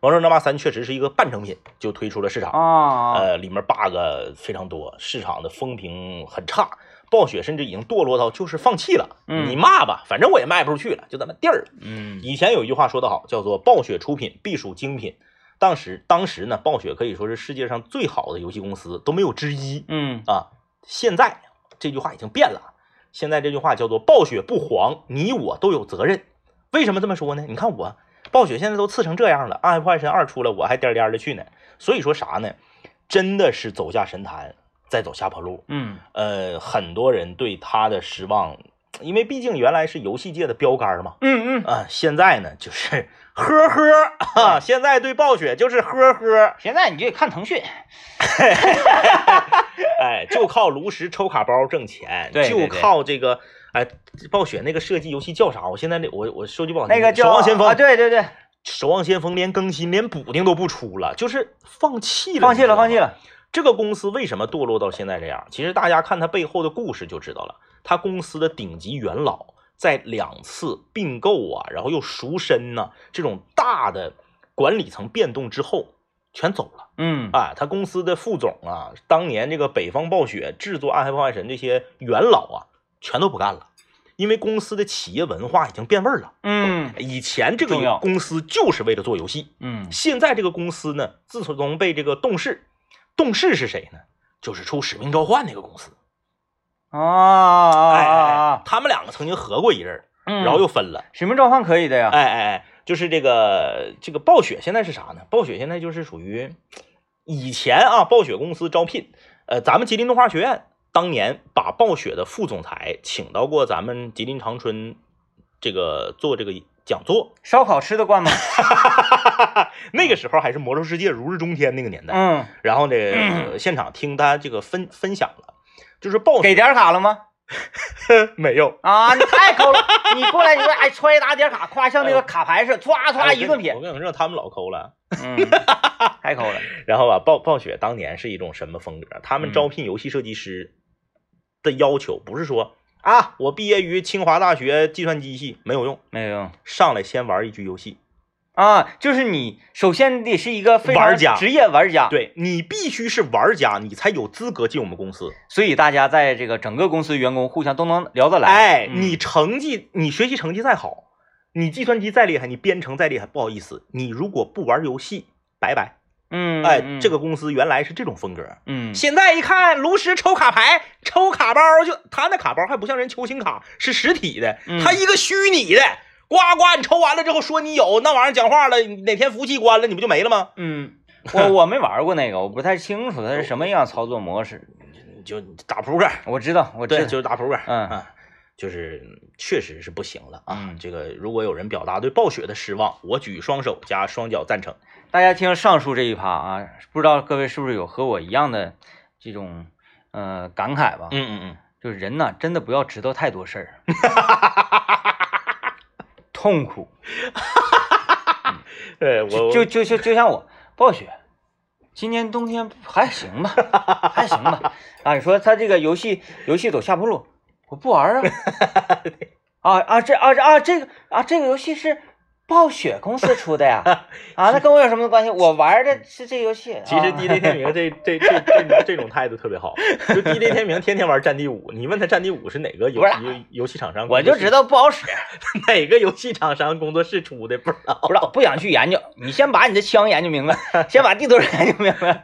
Speaker 2: 魔兽争霸三》确实是一个半成品就推出了市场，
Speaker 1: 啊，
Speaker 2: 呃，里面 bug 非常多，市场的风评很差。暴雪甚至已经堕落到就是放弃了，
Speaker 1: 嗯
Speaker 2: 你骂吧，反正我也卖不出去了，就这么地儿了。
Speaker 1: 嗯
Speaker 2: 以前有一句话说得好，叫做“暴雪出品必属精品”。当时，当时呢，暴雪可以说是世界上最好的游戏公司，都没有之一
Speaker 1: 嗯
Speaker 2: 啊。现在这句话已经变了，现在这句话叫做“暴雪不黄，你我都有责任”。为什么这么说呢？你看我，暴雪现在都次成这样了，《暗黑破坏神二》出了，我还颠颠的去呢。所以说啥呢？真的是走下神坛，再走下坡路。
Speaker 1: 嗯
Speaker 2: 呃，很多人对他的失望，因为毕竟原来是游戏界的标杆嘛。
Speaker 1: 嗯嗯，
Speaker 2: 啊，现在呢就是 呵呵啊，现在对暴雪就是呵呵，
Speaker 1: 现在你就得看腾讯。
Speaker 2: 哎，就靠炉石抽卡包挣钱，
Speaker 1: 对对
Speaker 2: 就
Speaker 1: 对
Speaker 2: 靠这个哎，暴雪那个射击游戏叫啥？我现在那我我说句不好听，
Speaker 1: 那个叫
Speaker 2: 守望先锋，
Speaker 1: 啊，对对对，
Speaker 2: 守望先锋连更新连补丁都不出了，就是放弃了，
Speaker 1: 放弃了，放弃
Speaker 2: 了。
Speaker 1: 了。
Speaker 2: 这个公司为什么堕落到现在这样？其实大家看它背后的故事就知道了。它公司的顶级元老在两次并购啊，然后又赎身呐，这种大的管理层变动之后，全走了。
Speaker 1: 嗯
Speaker 2: 啊，他公司的副总啊，当年这个北方暴雪制作《暗黑破坏神》这些元老啊，全都不干了，因为公司的企业文化已经变味儿了。
Speaker 1: 嗯
Speaker 2: 以前这
Speaker 1: 重要
Speaker 2: 个公司就是为了做游戏，
Speaker 1: 嗯
Speaker 2: 现在这个公司呢，自从被这个动视，动视是谁呢？就是出《使命召唤》那个公司。
Speaker 1: 啊啊
Speaker 2: 哎
Speaker 1: 啊
Speaker 2: 哎哎
Speaker 1: 啊！，
Speaker 2: 他们两个曾经合过一阵儿，
Speaker 1: 嗯
Speaker 2: 然后又分了。
Speaker 1: 使命召唤可以的呀。
Speaker 2: 哎哎哎，就是这个这个暴雪现在是啥呢？暴雪现在就是属于以前啊，暴雪公司招聘，呃，咱们吉林动画学院当年把暴雪的副总裁请到过咱们吉林长春这个做这个讲座，
Speaker 1: 烧烤吃得 惯吗？
Speaker 2: 那个时候还是魔兽世界如日中天那个年代。
Speaker 1: 嗯，
Speaker 2: 然后呢， 呃现场听他这个分分享了，就是暴雪
Speaker 1: 给点儿卡了吗？
Speaker 2: 没有
Speaker 1: 啊，你太抠了！你过来，你说哎，揣一打点儿卡，夸像那个卡牌似的，唰唰一顿
Speaker 2: 哎我
Speaker 1: 撇。
Speaker 2: 跟你说，他们老抠了。
Speaker 1: 嗯， 太抠了。
Speaker 2: 然后啊，暴暴雪当年是一种什么风格？他
Speaker 1: 嗯
Speaker 2: 们招聘游戏设计师的要求不是说啊，我毕业于清华大学计算机系没有用，
Speaker 1: 没有用
Speaker 2: 上来先玩一局游戏，
Speaker 1: 哎啊，就是你首先你得是一个非常
Speaker 2: 玩家
Speaker 1: 职业玩家。，
Speaker 2: 对你必须是玩家，你才有资格进我们公司。
Speaker 1: 所以大家在这个整个公司员工互相都能聊得来。
Speaker 2: 哎，
Speaker 1: 嗯
Speaker 2: 你成绩，你学习成绩再好，你计算机再厉害，你编程再厉害，不好意思，你如果不玩游戏，拜拜。
Speaker 1: 嗯，
Speaker 2: 哎，
Speaker 1: 嗯
Speaker 2: 这个，公司原来是这种风格，
Speaker 1: 嗯
Speaker 2: 现在一看炉石抽卡牌、抽卡包就，他那卡包还不像人球星卡是实体的
Speaker 1: 嗯，
Speaker 2: 他一个虚拟的，呱呱，你抽完了之后说你有那玩意儿讲话了，哪天服务器关了，你不就没了吗？
Speaker 1: 嗯，我我没玩过那个，我不太清楚它是什么样操作模式。
Speaker 2: 你嗯就打扑克，
Speaker 1: 我知道，我知
Speaker 2: 对，
Speaker 1: 道，
Speaker 2: 就是打扑克，
Speaker 1: 嗯
Speaker 2: 啊，就是确实是不行了啊
Speaker 1: 嗯。
Speaker 2: 这个如果有人表达对暴雪的失望，我举双手加双脚赞成。
Speaker 1: 大家听上述这一趴啊，不知道各位是不是有和我一样的这种呃感慨吧？
Speaker 2: 嗯嗯嗯，
Speaker 1: 就是人呐，真的不要知道太多事儿， 痛苦。
Speaker 2: 对我
Speaker 1: 就就就就像我暴雪，今年冬天还行吧，还行吧。啊，你说他这个游戏游戏走下坡路，我不玩啊。 啊啊这啊这啊这个啊这个游戏是暴雪公司出 的呀，啊那跟我有什么关系？我玩的是这个游戏。
Speaker 2: 嗯其实
Speaker 1: 啊
Speaker 2: DJ 天明这这这这种这种态度特别好，就 DJ 天明天天玩《战地五》，你问他《战地五》是哪个游
Speaker 1: 不是
Speaker 2: 游游戏厂商，
Speaker 1: 我就知道不好使，
Speaker 2: 哪个游戏厂商工作室出的，不知 道。
Speaker 1: 不知道不想去研究。你先把你的枪研究明白，先把地图研究明白。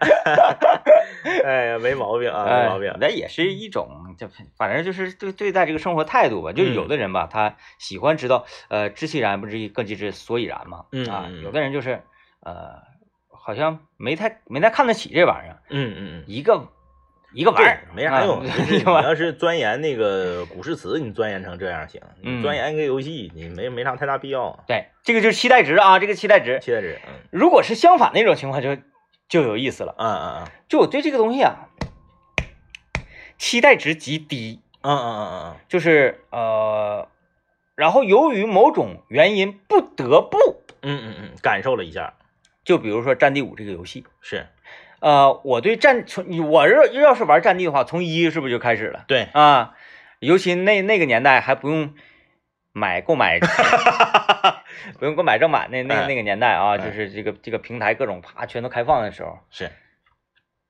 Speaker 2: 哎呀，没毛病啊，
Speaker 1: 哎
Speaker 2: 没毛病。
Speaker 1: 那也是一种，就反正就是对对待这个生活态度吧。
Speaker 2: 嗯
Speaker 1: 就是有的人吧，他喜欢知道，呃，知其然不知更其知所以然嘛。
Speaker 2: 嗯
Speaker 1: 啊
Speaker 2: 嗯，嗯
Speaker 1: 有的人就是，呃，好像没太没太看得起这玩意儿，
Speaker 2: 嗯嗯嗯。
Speaker 1: 一个一个玩意
Speaker 2: 对
Speaker 1: 儿，，
Speaker 2: 没啥
Speaker 1: 啊
Speaker 2: 用。就是
Speaker 1: 一
Speaker 2: 你
Speaker 1: 个玩意儿。
Speaker 2: 要是钻研那个古诗词，你钻研成这样行；
Speaker 1: 嗯
Speaker 2: 你钻研一个游戏，你没没啥太大必要啊。
Speaker 1: 对，这个就是期待值啊，这个期待值。
Speaker 2: 期待值，嗯
Speaker 1: 如果是相反那种情况就，就有意思了。
Speaker 2: 嗯嗯嗯
Speaker 1: 就我对这个东西啊，期待值极低。
Speaker 2: 嗯嗯嗯
Speaker 1: 就是呃，然后由于某种原因不得不，
Speaker 2: 嗯嗯嗯，感受了一下，
Speaker 1: 就比如说《战地五》这个游戏，
Speaker 2: 是
Speaker 1: 呃，我对战从我要要是玩战地的话，从一是不是就开始了
Speaker 2: 对，
Speaker 1: 啊？尤其那那个年代还不用买购 买，不用购买正版，那那
Speaker 2: 哎
Speaker 1: 那个年代啊，
Speaker 2: 哎
Speaker 1: 就是这个这个平台各种啪全都开放的时候，
Speaker 2: 是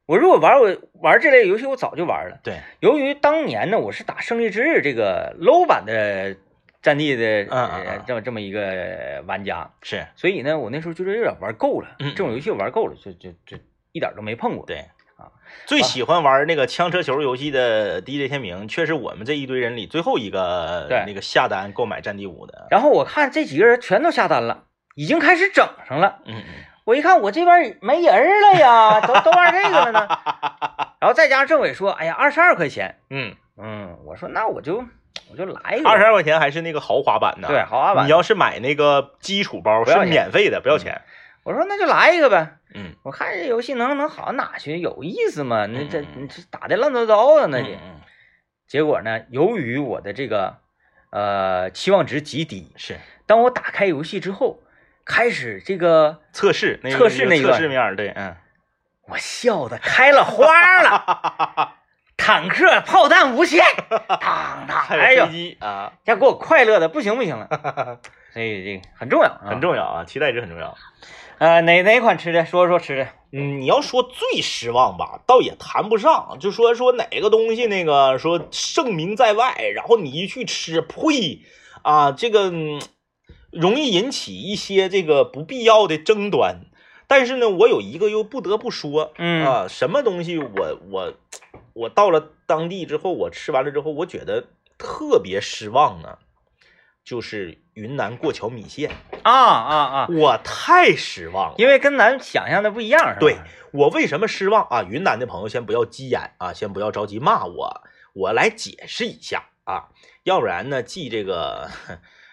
Speaker 1: 我如果玩我玩这类游戏，我早就玩了。
Speaker 2: 对，
Speaker 1: 由于当年呢，我是打《胜利之日》这个 low 版的战地的，
Speaker 2: 嗯嗯
Speaker 1: 呃
Speaker 2: 嗯
Speaker 1: 这么这么一个玩家，
Speaker 2: 是
Speaker 1: 所以呢，我那时候就是有点玩够了，
Speaker 2: 嗯嗯
Speaker 1: 这种游戏玩够了，就就就一点都没碰过。
Speaker 2: 对
Speaker 1: 啊，
Speaker 2: 最喜欢玩那个枪车球游戏的 DJ 天明，却是我们这一堆人里最后一个
Speaker 1: 对
Speaker 2: 那个下单购买《战地五》的。
Speaker 1: 然后我看这几个人全都下单了，已经开始整上了。
Speaker 2: 嗯嗯
Speaker 1: 我一看我这边没人了呀，都都玩这个了 呢。然后再加上政委说，哎呀，二十二块钱，
Speaker 2: 嗯，
Speaker 1: 嗯，我说那我就我就来一个
Speaker 2: 二十二块钱还是那个豪华版的。
Speaker 1: 对，啊豪华版
Speaker 2: 你。要是买那个基础包
Speaker 1: 不要钱嗯
Speaker 2: 是免费的，不要钱。
Speaker 1: 我说那就来一个呗。
Speaker 2: 嗯，
Speaker 1: 我看这游戏能能好到哪去？有意思吗？那这
Speaker 2: 嗯嗯嗯
Speaker 1: 你这打的乱糟糟的那
Speaker 2: 嗯
Speaker 1: 得。
Speaker 2: 嗯
Speaker 1: 结果呢，由于我的这个呃期望值极低，
Speaker 2: 是
Speaker 1: 当我打开游戏之后，开始这个
Speaker 2: 测试那个
Speaker 1: 测试那一
Speaker 2: 测
Speaker 1: 段哎
Speaker 2: 试面儿，对，嗯，
Speaker 1: 我笑的开了花了， 坦克炮弹无限，当当，
Speaker 2: 还
Speaker 1: 哎
Speaker 2: 有
Speaker 1: 呦
Speaker 2: 飞，机啊，
Speaker 1: 这给我快乐的不行不行了。 所以这个很重要，
Speaker 2: 很
Speaker 1: 要。
Speaker 2: 重要啊，期待值很重要。
Speaker 1: 呃，哪哪款吃的？说说吃的。
Speaker 2: 嗯，你要说最失望吧，倒也谈不上，就说说哪个东西那个说盛名在外，然后你一去吃，呸啊，这个、嗯容易引起一些这个不必要的争端。但是呢，我有一个又不得不说
Speaker 1: 嗯
Speaker 2: 啊，什么东西我我我到了当地之后，我吃完了之后，我觉得特别失望呢，就是云南过桥米线，
Speaker 1: 啊啊啊！
Speaker 2: 我太失望了。
Speaker 1: 因为跟咱们想象的不一样，是吧？
Speaker 2: 对我为什么失望啊？云南的朋友先不要急眼啊，先不要着急骂我，我来解释一下啊，要不然呢，继这个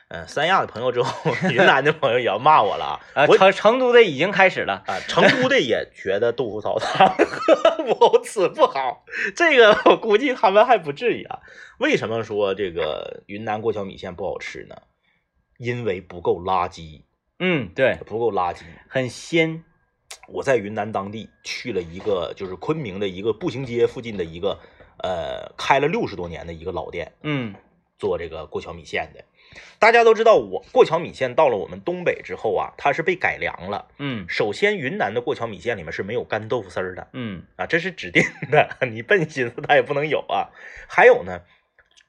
Speaker 2: 呃三亚的朋友之后，云南的朋友也要骂我了啊。
Speaker 1: 啊，
Speaker 2: 我
Speaker 1: 成成都的已经开始了。
Speaker 2: 啊，成都的也觉得豆腐澡 堂和某子不好，这个我估计他们还不至于啊。为什么说这个云南过桥米线不好吃呢？因为不够垃圾，
Speaker 1: 嗯，对，
Speaker 2: 不够垃圾。
Speaker 1: 很鲜。
Speaker 2: 我在云南当地去了一个，就是昆明的一个步行街附近的一个，呃，开了六十多年的一个老店，
Speaker 1: 嗯
Speaker 2: 做这个过桥米线的。大家都知道我，过桥米线到了我们东北之后啊，它是被改良了。
Speaker 1: 嗯
Speaker 2: 首先，云南的过桥米线里面是没有干豆腐丝儿的
Speaker 1: 嗯
Speaker 2: 啊，这是指定的， 你笨心思它也不能有啊。还有呢，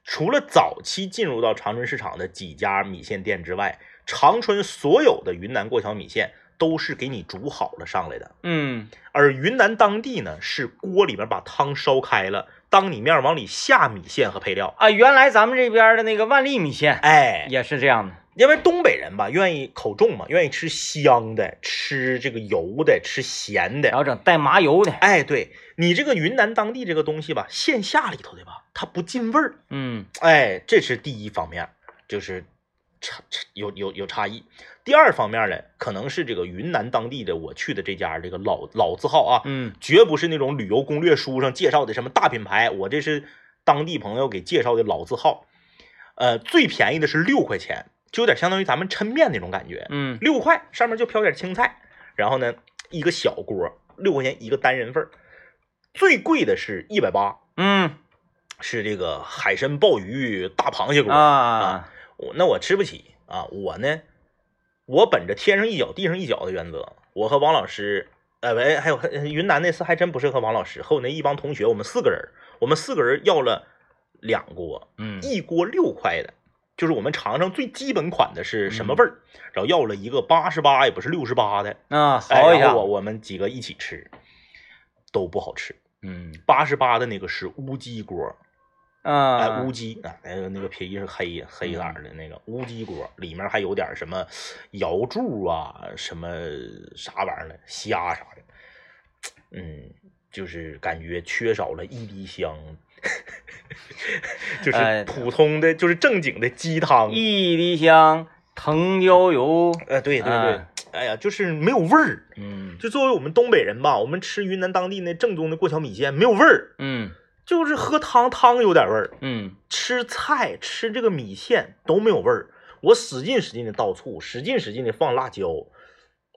Speaker 2: 除了早期进入到长春市场的几家米线店之外，长春所有的云南过桥米线都是给你煮好了上来的，
Speaker 1: 嗯
Speaker 2: 而云南当地呢是锅里面把汤烧开了，当你面往里下米线和配料。
Speaker 1: 啊，原来咱们这边的那个万利米线
Speaker 2: 哎，
Speaker 1: 也是这样的，
Speaker 2: 因为东北人吧，愿意口重嘛，愿意吃香的，吃这个油的，吃咸
Speaker 1: 然
Speaker 2: 的。
Speaker 1: 后整带麻油的，
Speaker 2: 哎，对你这个云南当地这个东西吧，线下里头的吧，它不进味儿。
Speaker 1: 嗯
Speaker 2: 哎，这是第一方面，就是差差有有有差异。第二方面呢，可能是这个云南当地的我去的这家这个老老字号啊，
Speaker 1: 嗯
Speaker 2: 绝不是那种旅游攻略书上介绍的什么大品牌，我这是当地朋友给介绍的老字号。呃，最便宜的是六块钱，就有点相当于咱们抻面那种感觉，
Speaker 1: 嗯
Speaker 2: 六块上面就飘点青菜，然后呢一个小锅，六块钱一个单人份儿。最贵的是一百八，
Speaker 1: 嗯
Speaker 2: 是这个海参、鲍鱼、大螃蟹锅。
Speaker 1: 啊，
Speaker 2: 我那我吃不起啊，我呢，我本着天上一脚地上一脚的原则，我和王老师，呃，喂，还有呃云南那次还真不是和王老师，和我那一帮同学，我们四个人儿，我们四个人要了两锅，
Speaker 1: 嗯
Speaker 2: 一锅六块的，就是我们尝尝最基本款的是
Speaker 1: 嗯
Speaker 2: 什么味儿，然后要了一个八十八也不是六十八的，
Speaker 1: 啊，
Speaker 2: 哎
Speaker 1: 好一
Speaker 2: 然
Speaker 1: 下
Speaker 2: 后，我我们几个一起吃，都不好吃。
Speaker 1: 嗯
Speaker 2: 八十八的那个是乌鸡锅，哎，
Speaker 1: 啊
Speaker 2: 乌，鸡啊，那个那个皮是黑黑色儿的那个乌鸡锅，里面还有点什么瑶柱啊，什么啥玩意儿的虾啥的，嗯，就是感觉缺少了一滴香， 就
Speaker 1: 哎
Speaker 2: 是普通的，就是正经的鸡汤。
Speaker 1: 一滴香，藤椒油，
Speaker 2: 呃，对对对
Speaker 1: 哎，
Speaker 2: 哎呀，就是没有味儿。
Speaker 1: 嗯
Speaker 2: 就作为我们东北人吧，我们吃云南当地那正宗的过桥米线没有味儿，
Speaker 1: 嗯
Speaker 2: 就是喝汤汤有点味儿。
Speaker 1: 嗯
Speaker 2: 吃菜吃这个米线都没有味儿，我使劲使劲的倒醋，使劲使劲的放辣椒，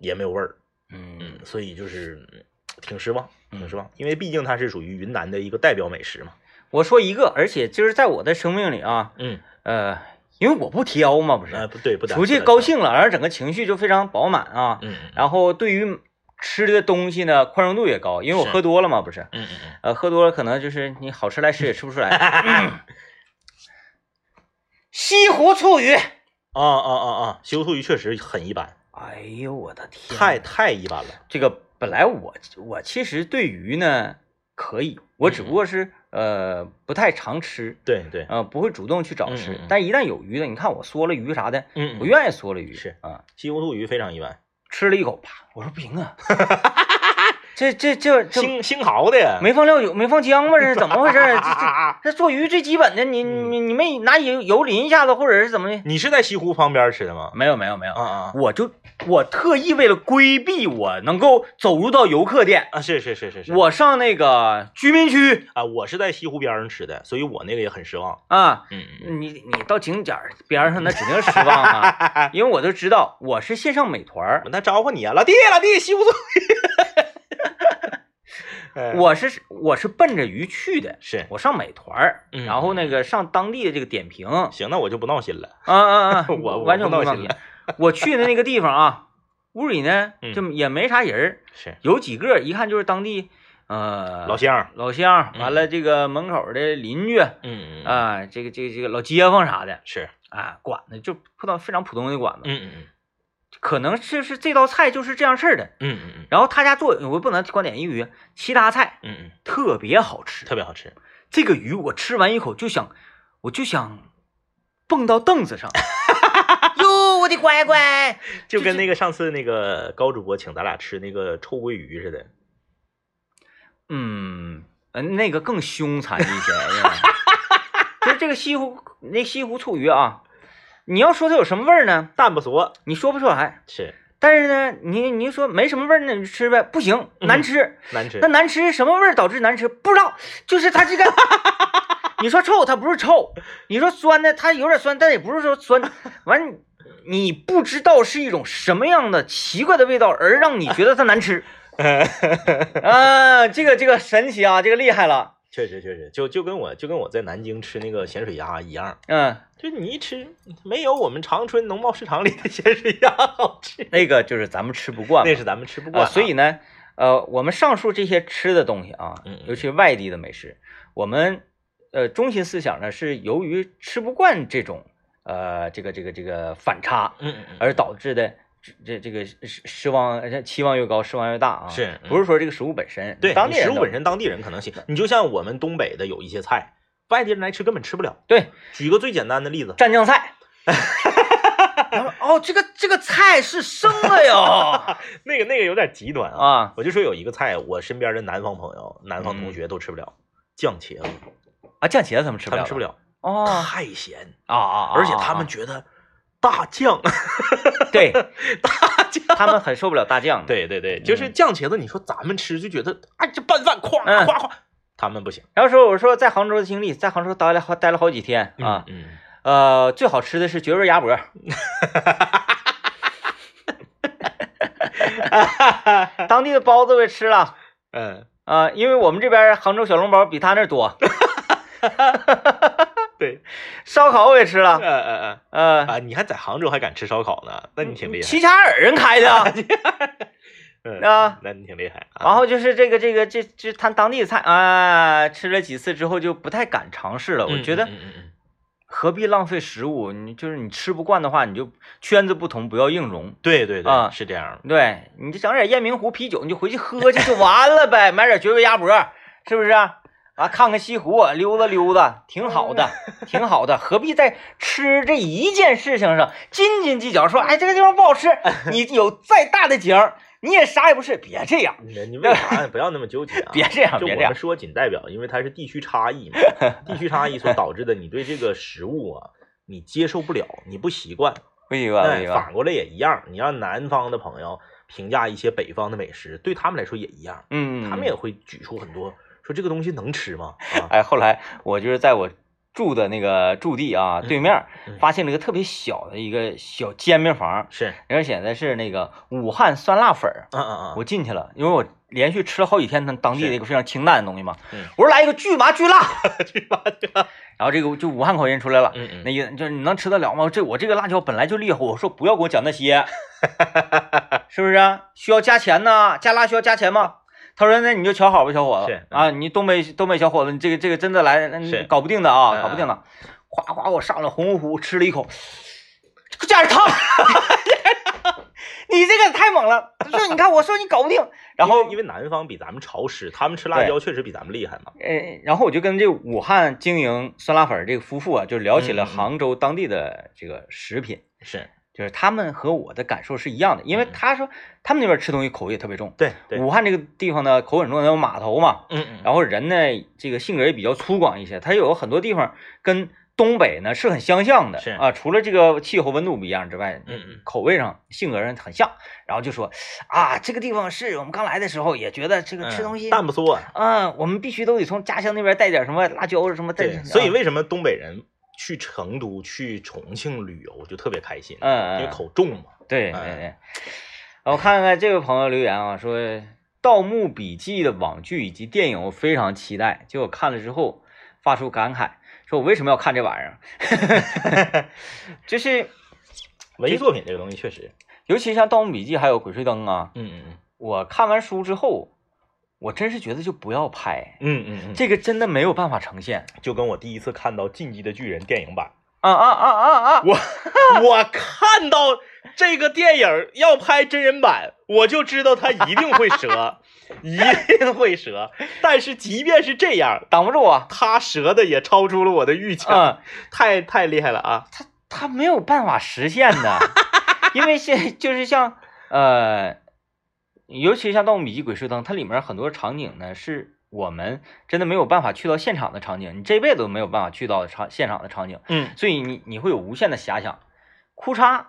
Speaker 2: 也没有味儿。
Speaker 1: 嗯，
Speaker 2: 嗯，所以就是嗯挺失望，
Speaker 1: 嗯
Speaker 2: 挺失望，因为毕竟它是属于云南的一个代表美食嘛。
Speaker 1: 我说一个，而且就是在我的生命里啊，
Speaker 2: 嗯，
Speaker 1: 呃，因为我不挑嘛，不
Speaker 2: 哎，
Speaker 1: 是，
Speaker 2: 不对，不对，
Speaker 1: 出去
Speaker 2: 不对
Speaker 1: 高。兴了，然后整个情绪就非常饱满啊，
Speaker 2: 嗯嗯
Speaker 1: 然后对于吃的东西呢，宽容度也高，因为我
Speaker 2: 是
Speaker 1: 喝多了嘛，不是，
Speaker 2: 嗯嗯
Speaker 1: 呃，喝多了可能就是你好吃赖吃也吃不出来。嗯 西湖醋鱼，
Speaker 2: 嗯，啊啊啊啊！西湖醋鱼确实很一般，
Speaker 1: 哎呦我的天呐，
Speaker 2: 太太一般了。
Speaker 1: 这个本来我我其实对鱼呢可以，我
Speaker 2: 嗯
Speaker 1: 只不过是呃不太常吃，
Speaker 2: 对对，
Speaker 1: 呃不会主动去找吃
Speaker 2: 嗯嗯嗯，
Speaker 1: 但一旦有鱼的，你看我嗦了鱼啥的，
Speaker 2: 嗯
Speaker 1: 我愿意嗦了鱼，
Speaker 2: 是
Speaker 1: 啊，
Speaker 2: 西湖醋鱼非常一般，
Speaker 1: 吃了一口，啪，我说不行 啊，这这这这
Speaker 2: 新新蚝的
Speaker 1: 没放料酒，没放姜吗？这是怎么回事？这 这
Speaker 2: 啊。
Speaker 1: 这做鱼最基本的，你你你没拿油油淋一下子，或者是怎么的？
Speaker 2: 你是在西湖旁边吃的吗？
Speaker 1: 没有没有没有
Speaker 2: 啊，啊
Speaker 1: 我就我特意为了规避我能够走入到游客店，
Speaker 2: 啊！是是是是是，
Speaker 1: 我上那个居民区
Speaker 2: 啊，我是在西湖边上吃的，所以我那个也很失望。
Speaker 1: 啊，
Speaker 2: 嗯嗯
Speaker 1: 你你到景点儿边上那指定失望啊， 因为我都知道我是线上美团儿，
Speaker 2: 嗯，他招呼你啊，老弟老弟，西湖 醋鱼。哎
Speaker 1: 我是我是奔着鱼去的，
Speaker 2: 是
Speaker 1: 我上美团儿，
Speaker 2: 嗯
Speaker 1: 然后那个上当地的这个点 评，啊
Speaker 2: 行，那我就不闹心了。
Speaker 1: 啊啊，
Speaker 2: 我我
Speaker 1: 完全
Speaker 2: 不闹
Speaker 1: 不放
Speaker 2: 心
Speaker 1: 心。我去的那个地方啊，屋里呢
Speaker 2: 嗯
Speaker 1: 就也没啥人儿，
Speaker 2: 是
Speaker 1: 有几个一看就是当地呃
Speaker 2: 老乡，
Speaker 1: 老乡，
Speaker 2: 嗯
Speaker 1: 完了这个门口的邻居啊、
Speaker 2: 嗯，
Speaker 1: 这个这个这个老街坊啥的
Speaker 2: 是，
Speaker 1: 啊，馆子就普通非常普通的馆子，
Speaker 2: 嗯嗯
Speaker 1: 可能就是这道菜就是这样式儿的。
Speaker 2: 嗯嗯
Speaker 1: 然后他家做，我不能光点一鱼，其他菜
Speaker 2: 嗯嗯，
Speaker 1: 特别好吃。
Speaker 2: 特别好吃。
Speaker 1: 这个鱼我吃完一口就想，我就想蹦到凳子上。 哟，我的乖乖！
Speaker 2: 就跟那个上次那个高主播请咱俩吃那个臭鳜鱼似的，
Speaker 1: 嗯，呃那个更凶残一些，哎呀 就是这个西湖那西湖醋鱼啊，你要说它有什么味儿呢？
Speaker 2: 淡不嗦。
Speaker 1: 你说不出来。
Speaker 2: 是
Speaker 1: 但是呢，你你说没什么味儿，那你就吃呗，不行，难吃。
Speaker 2: 难吃
Speaker 1: 那。难吃什么味儿导致难吃？不知道，就是它这个，你说臭它不是臭，你说酸呢，它有点酸，但也不是说酸。完，你不知道是一种什么样的奇怪的味道，而让你觉得它难吃啊！这个这个神奇啊，这个厉害了，
Speaker 2: 确实确实，就就跟我就跟我在南京吃那个咸水鸭一样，
Speaker 1: 嗯。
Speaker 2: 就你一吃没有我们长春农贸市场里的 咸水鸭好吃。
Speaker 1: 那个就是咱们吃不惯嘛，
Speaker 2: 那是咱们吃不
Speaker 1: 啊
Speaker 2: 惯啊，
Speaker 1: 所以呢，呃，我们上述这些吃的东西啊
Speaker 2: 嗯嗯，
Speaker 1: 尤其是外地的美食，我们呃中心思想呢是由于吃不惯这种呃这个这个这个反差，
Speaker 2: 嗯嗯嗯，
Speaker 1: 而导致的这这这个失失望呃期望越高，失望越大啊。
Speaker 2: 是嗯
Speaker 1: 不是说这个食物本身？
Speaker 2: 对，
Speaker 1: 当
Speaker 2: 你
Speaker 1: 地人
Speaker 2: 食物
Speaker 1: 的
Speaker 2: 本身当地人可能行。你就像我们东北的有一些菜，外地人来吃根本吃不了。
Speaker 1: 对
Speaker 2: 举个最简单的例子，
Speaker 1: 蘸酱 菜。然后哦，这个这个菜是生的哟
Speaker 2: 那个那个有点极端啊。
Speaker 1: 啊！
Speaker 2: 我就说有一个菜，我身边的南方朋友、南方同学都吃不了，酱茄子，
Speaker 1: 啊，酱茄子他们吃
Speaker 2: 他
Speaker 1: 不了，
Speaker 2: 们吃不
Speaker 1: 了
Speaker 2: 了，
Speaker 1: 哦啊
Speaker 2: 太咸，
Speaker 1: 啊啊！
Speaker 2: 而且
Speaker 1: 啊
Speaker 2: 他们
Speaker 1: 啊
Speaker 2: 觉得大酱
Speaker 1: 对
Speaker 2: 大酱。嗯
Speaker 1: 他们很受不了大酱的，
Speaker 2: 对对对，就是酱茄子，你说咱们吃就觉得啊，这拌饭咵
Speaker 1: 嗯
Speaker 2: 咵咵，他们不行
Speaker 1: 然后说我说在杭州的经历，在杭州待了好待了好几天啊，
Speaker 2: 嗯，
Speaker 1: 呃，最好吃的是绝味鸭脖， 当地的包子我也吃了
Speaker 2: 嗯，
Speaker 1: 啊、因为我们这边杭州小笼包比他那儿多，
Speaker 2: 对，
Speaker 1: 烧烤我也吃
Speaker 2: 嗯
Speaker 1: 了，
Speaker 2: 嗯嗯。
Speaker 1: 呃，
Speaker 2: 啊，你还在杭州还敢吃烧烤呢？那你挺厉害。
Speaker 1: 齐齐哈尔人开的 啊，
Speaker 2: 嗯
Speaker 1: 啊，
Speaker 2: 那你挺厉害啊。
Speaker 1: 然后就是这个这个这这他当地菜啊，吃了几次之后就不太敢尝试了，我
Speaker 2: 嗯
Speaker 1: 觉得
Speaker 2: 嗯嗯嗯
Speaker 1: 何必浪费食物？你就是你吃不惯的话，你就圈子不同，不要硬融。
Speaker 2: 对对
Speaker 1: 啊
Speaker 2: 对，是这样的。
Speaker 1: 对你就整点雁鸣湖啤酒，你就回去喝去就完了呗，买点绝味鸭脖，是不是啊？啊，看看西湖，溜达溜达，挺好的，挺好的，何必在吃这一件事情上斤斤计较？说，哎，这个地方不好吃，你有再大的景儿，你也啥也不是，别这样，
Speaker 2: 你你为 啥不要那么纠结啊？
Speaker 1: 别这样，
Speaker 2: 就
Speaker 1: 别
Speaker 2: 我
Speaker 1: 这样
Speaker 2: 们，说，仅代表因为它是地区差异 嘛，地区差异所导致的，你对这个食物啊，你接受不了，你不习惯。
Speaker 1: 不行吧，不
Speaker 2: 哎，
Speaker 1: 行吧，
Speaker 2: 反过来也一样，你让南方的朋友评价一些北方的美食，对他们来说也一样，
Speaker 1: 嗯，
Speaker 2: 他们也会举出很多说这个东西能吃吗？啊，
Speaker 1: 哎，后来我就是在我住的那个驻地啊对面儿
Speaker 2: 嗯
Speaker 1: 发现了一个特别小的一个小煎饼房，
Speaker 2: 是，
Speaker 1: 而且呢是那个武汉酸辣粉儿。
Speaker 2: 嗯嗯嗯
Speaker 1: 我进去了，因为我连续吃了好几天当当地的一个非常清淡的东西嘛
Speaker 2: 嗯。
Speaker 1: 我说来一个巨麻巨 辣，然后这个就武汉口音出来了，
Speaker 2: 嗯嗯，
Speaker 1: 那意思就是你能吃得了吗？这我这个辣椒本来就厉害，我说不要给我讲那 些，是不是啊、需要加钱呢？加辣需要加钱吗？他说那你就瞧好吧，小伙子
Speaker 2: 是嗯
Speaker 1: 啊，你东北东北小伙子，你这个这个真的来，那你
Speaker 2: 是
Speaker 1: 搞不定的啊，
Speaker 2: 嗯
Speaker 1: 搞不定的。哗哗，我上来红乎乎吃了一口，这加点汤， 你这个太猛了。他说你看，我说你搞不定，然后
Speaker 2: 因为因为南方比咱们潮湿，他们吃辣
Speaker 1: 对
Speaker 2: 椒确实比咱们厉害嘛。
Speaker 1: 呃，然后我就跟这武汉经营酸辣粉儿这个夫妇啊，就聊起了
Speaker 2: 嗯嗯嗯
Speaker 1: 杭州当地的这个食品。
Speaker 2: 是
Speaker 1: 就是他们和我的感受是一样的，因为
Speaker 2: 嗯嗯
Speaker 1: 他说他们那边吃东西口味也特别重，
Speaker 2: 对对，
Speaker 1: 武汉这个地方呢口很重，有码头嘛，
Speaker 2: 嗯嗯，
Speaker 1: 然后人呢这个性格也比较粗犷一些，它有很多地方跟东北呢是很相像的，
Speaker 2: 是
Speaker 1: 啊，除了这个气候温度不一样之外，
Speaker 2: 嗯嗯
Speaker 1: 口味上性格上很像，然后就说啊这个地方是我们刚来的时候也觉得这个
Speaker 2: 嗯
Speaker 1: 吃东西。
Speaker 2: 淡不缩啊。
Speaker 1: 啊，我们必须都得从家乡那边带点什么辣椒什么带
Speaker 2: 对，
Speaker 1: 点，
Speaker 2: 所以
Speaker 1: 啊
Speaker 2: 为什么东北人去成都、去重庆旅游就特别开心？
Speaker 1: 嗯嗯
Speaker 2: 因为口重嘛。
Speaker 1: 对对
Speaker 2: 哎
Speaker 1: 对。然后看看这位朋友留言啊，说《盗墓笔记》的网剧以及电影，我非常期待。结果看了之后发出感慨，说我为什么要看这玩意儿？ 就是
Speaker 2: 文艺作品这个东西确实，
Speaker 1: 尤其像《盗墓笔记》还有《鬼吹灯》啊，
Speaker 2: 嗯嗯
Speaker 1: 我看完书之后，我真是觉得就不要拍，
Speaker 2: 嗯嗯嗯，
Speaker 1: 这个真的没有办法呈现。
Speaker 2: 就跟我第一次看到《进击的巨人》电影版，
Speaker 1: 啊啊啊啊啊！
Speaker 2: 我我看到这个电影要拍真人版，我就知道它一定会 折，一定会折。但是即便是这样，
Speaker 1: 挡不住啊！
Speaker 2: 它折的也超出了我的预期，
Speaker 1: 嗯，
Speaker 2: 太太厉害了啊！
Speaker 1: 他他没有办法实现的，因为现就是像呃，尤其像《盗墓笔记》《鬼吹灯》，它里面很多场景呢是我们真的没有办法去到现场的场景，你这辈子都没有办法去到场现场的场景，
Speaker 2: 嗯
Speaker 1: 所以你你会有无限的遐想。哭嚓，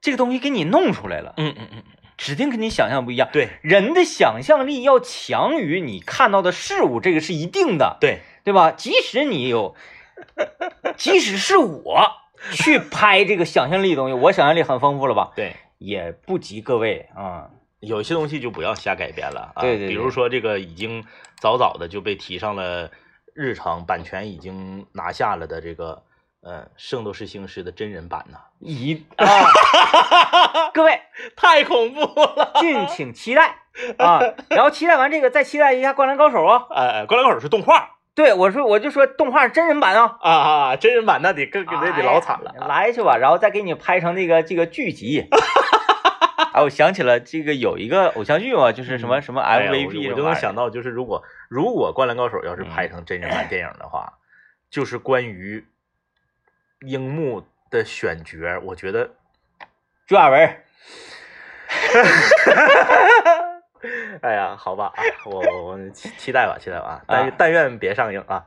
Speaker 1: 这个东西给你弄出来了，
Speaker 2: 嗯嗯嗯，
Speaker 1: 指定跟你想象不一样。
Speaker 2: 对
Speaker 1: 人的想象力要强于你看到的事物，这个是一定的。
Speaker 2: 对，
Speaker 1: 对吧？即使你有，即使是我去拍这个想象力的东西，我想象力很丰富了吧？
Speaker 2: 对，
Speaker 1: 也不及各位啊、
Speaker 2: 有些东西就不要瞎改编了啊。
Speaker 1: 对对对
Speaker 2: 比如说这个已经早早的就被提上了日程，版权已经拿下了的这个呃《圣斗士星矢》的真人版呢，
Speaker 1: 一啊， 各位
Speaker 2: 太恐怖了。
Speaker 1: 敬请期待啊！然后期待完这个，再期待一下《灌篮高手》啊！
Speaker 2: 哎呃，《灌篮高手》是动画，
Speaker 1: 对我说我就说动画真人版啊，
Speaker 2: 啊啊！真人版那得更那得老惨了
Speaker 1: 哎呀
Speaker 2: 啊。
Speaker 1: 来去吧，然后再给你拍成那个这个剧集。啊，我想起了这个有一个偶像剧嘛，就是什么什么
Speaker 2: 哎呀
Speaker 1: MVP，
Speaker 2: 我
Speaker 1: 什
Speaker 2: 我
Speaker 1: 么玩
Speaker 2: 就能
Speaker 1: 意儿
Speaker 2: 想到，就是如果如果《灌篮高手》要是
Speaker 1: 嗯
Speaker 2: 拍成真人版电影的话，就是关于樱木的选角，我觉得
Speaker 1: 朱亚文儿，
Speaker 2: 哎呀，好吧，啊，我我我期期待吧，期待吧，但
Speaker 1: 啊
Speaker 2: 但愿别上映啊！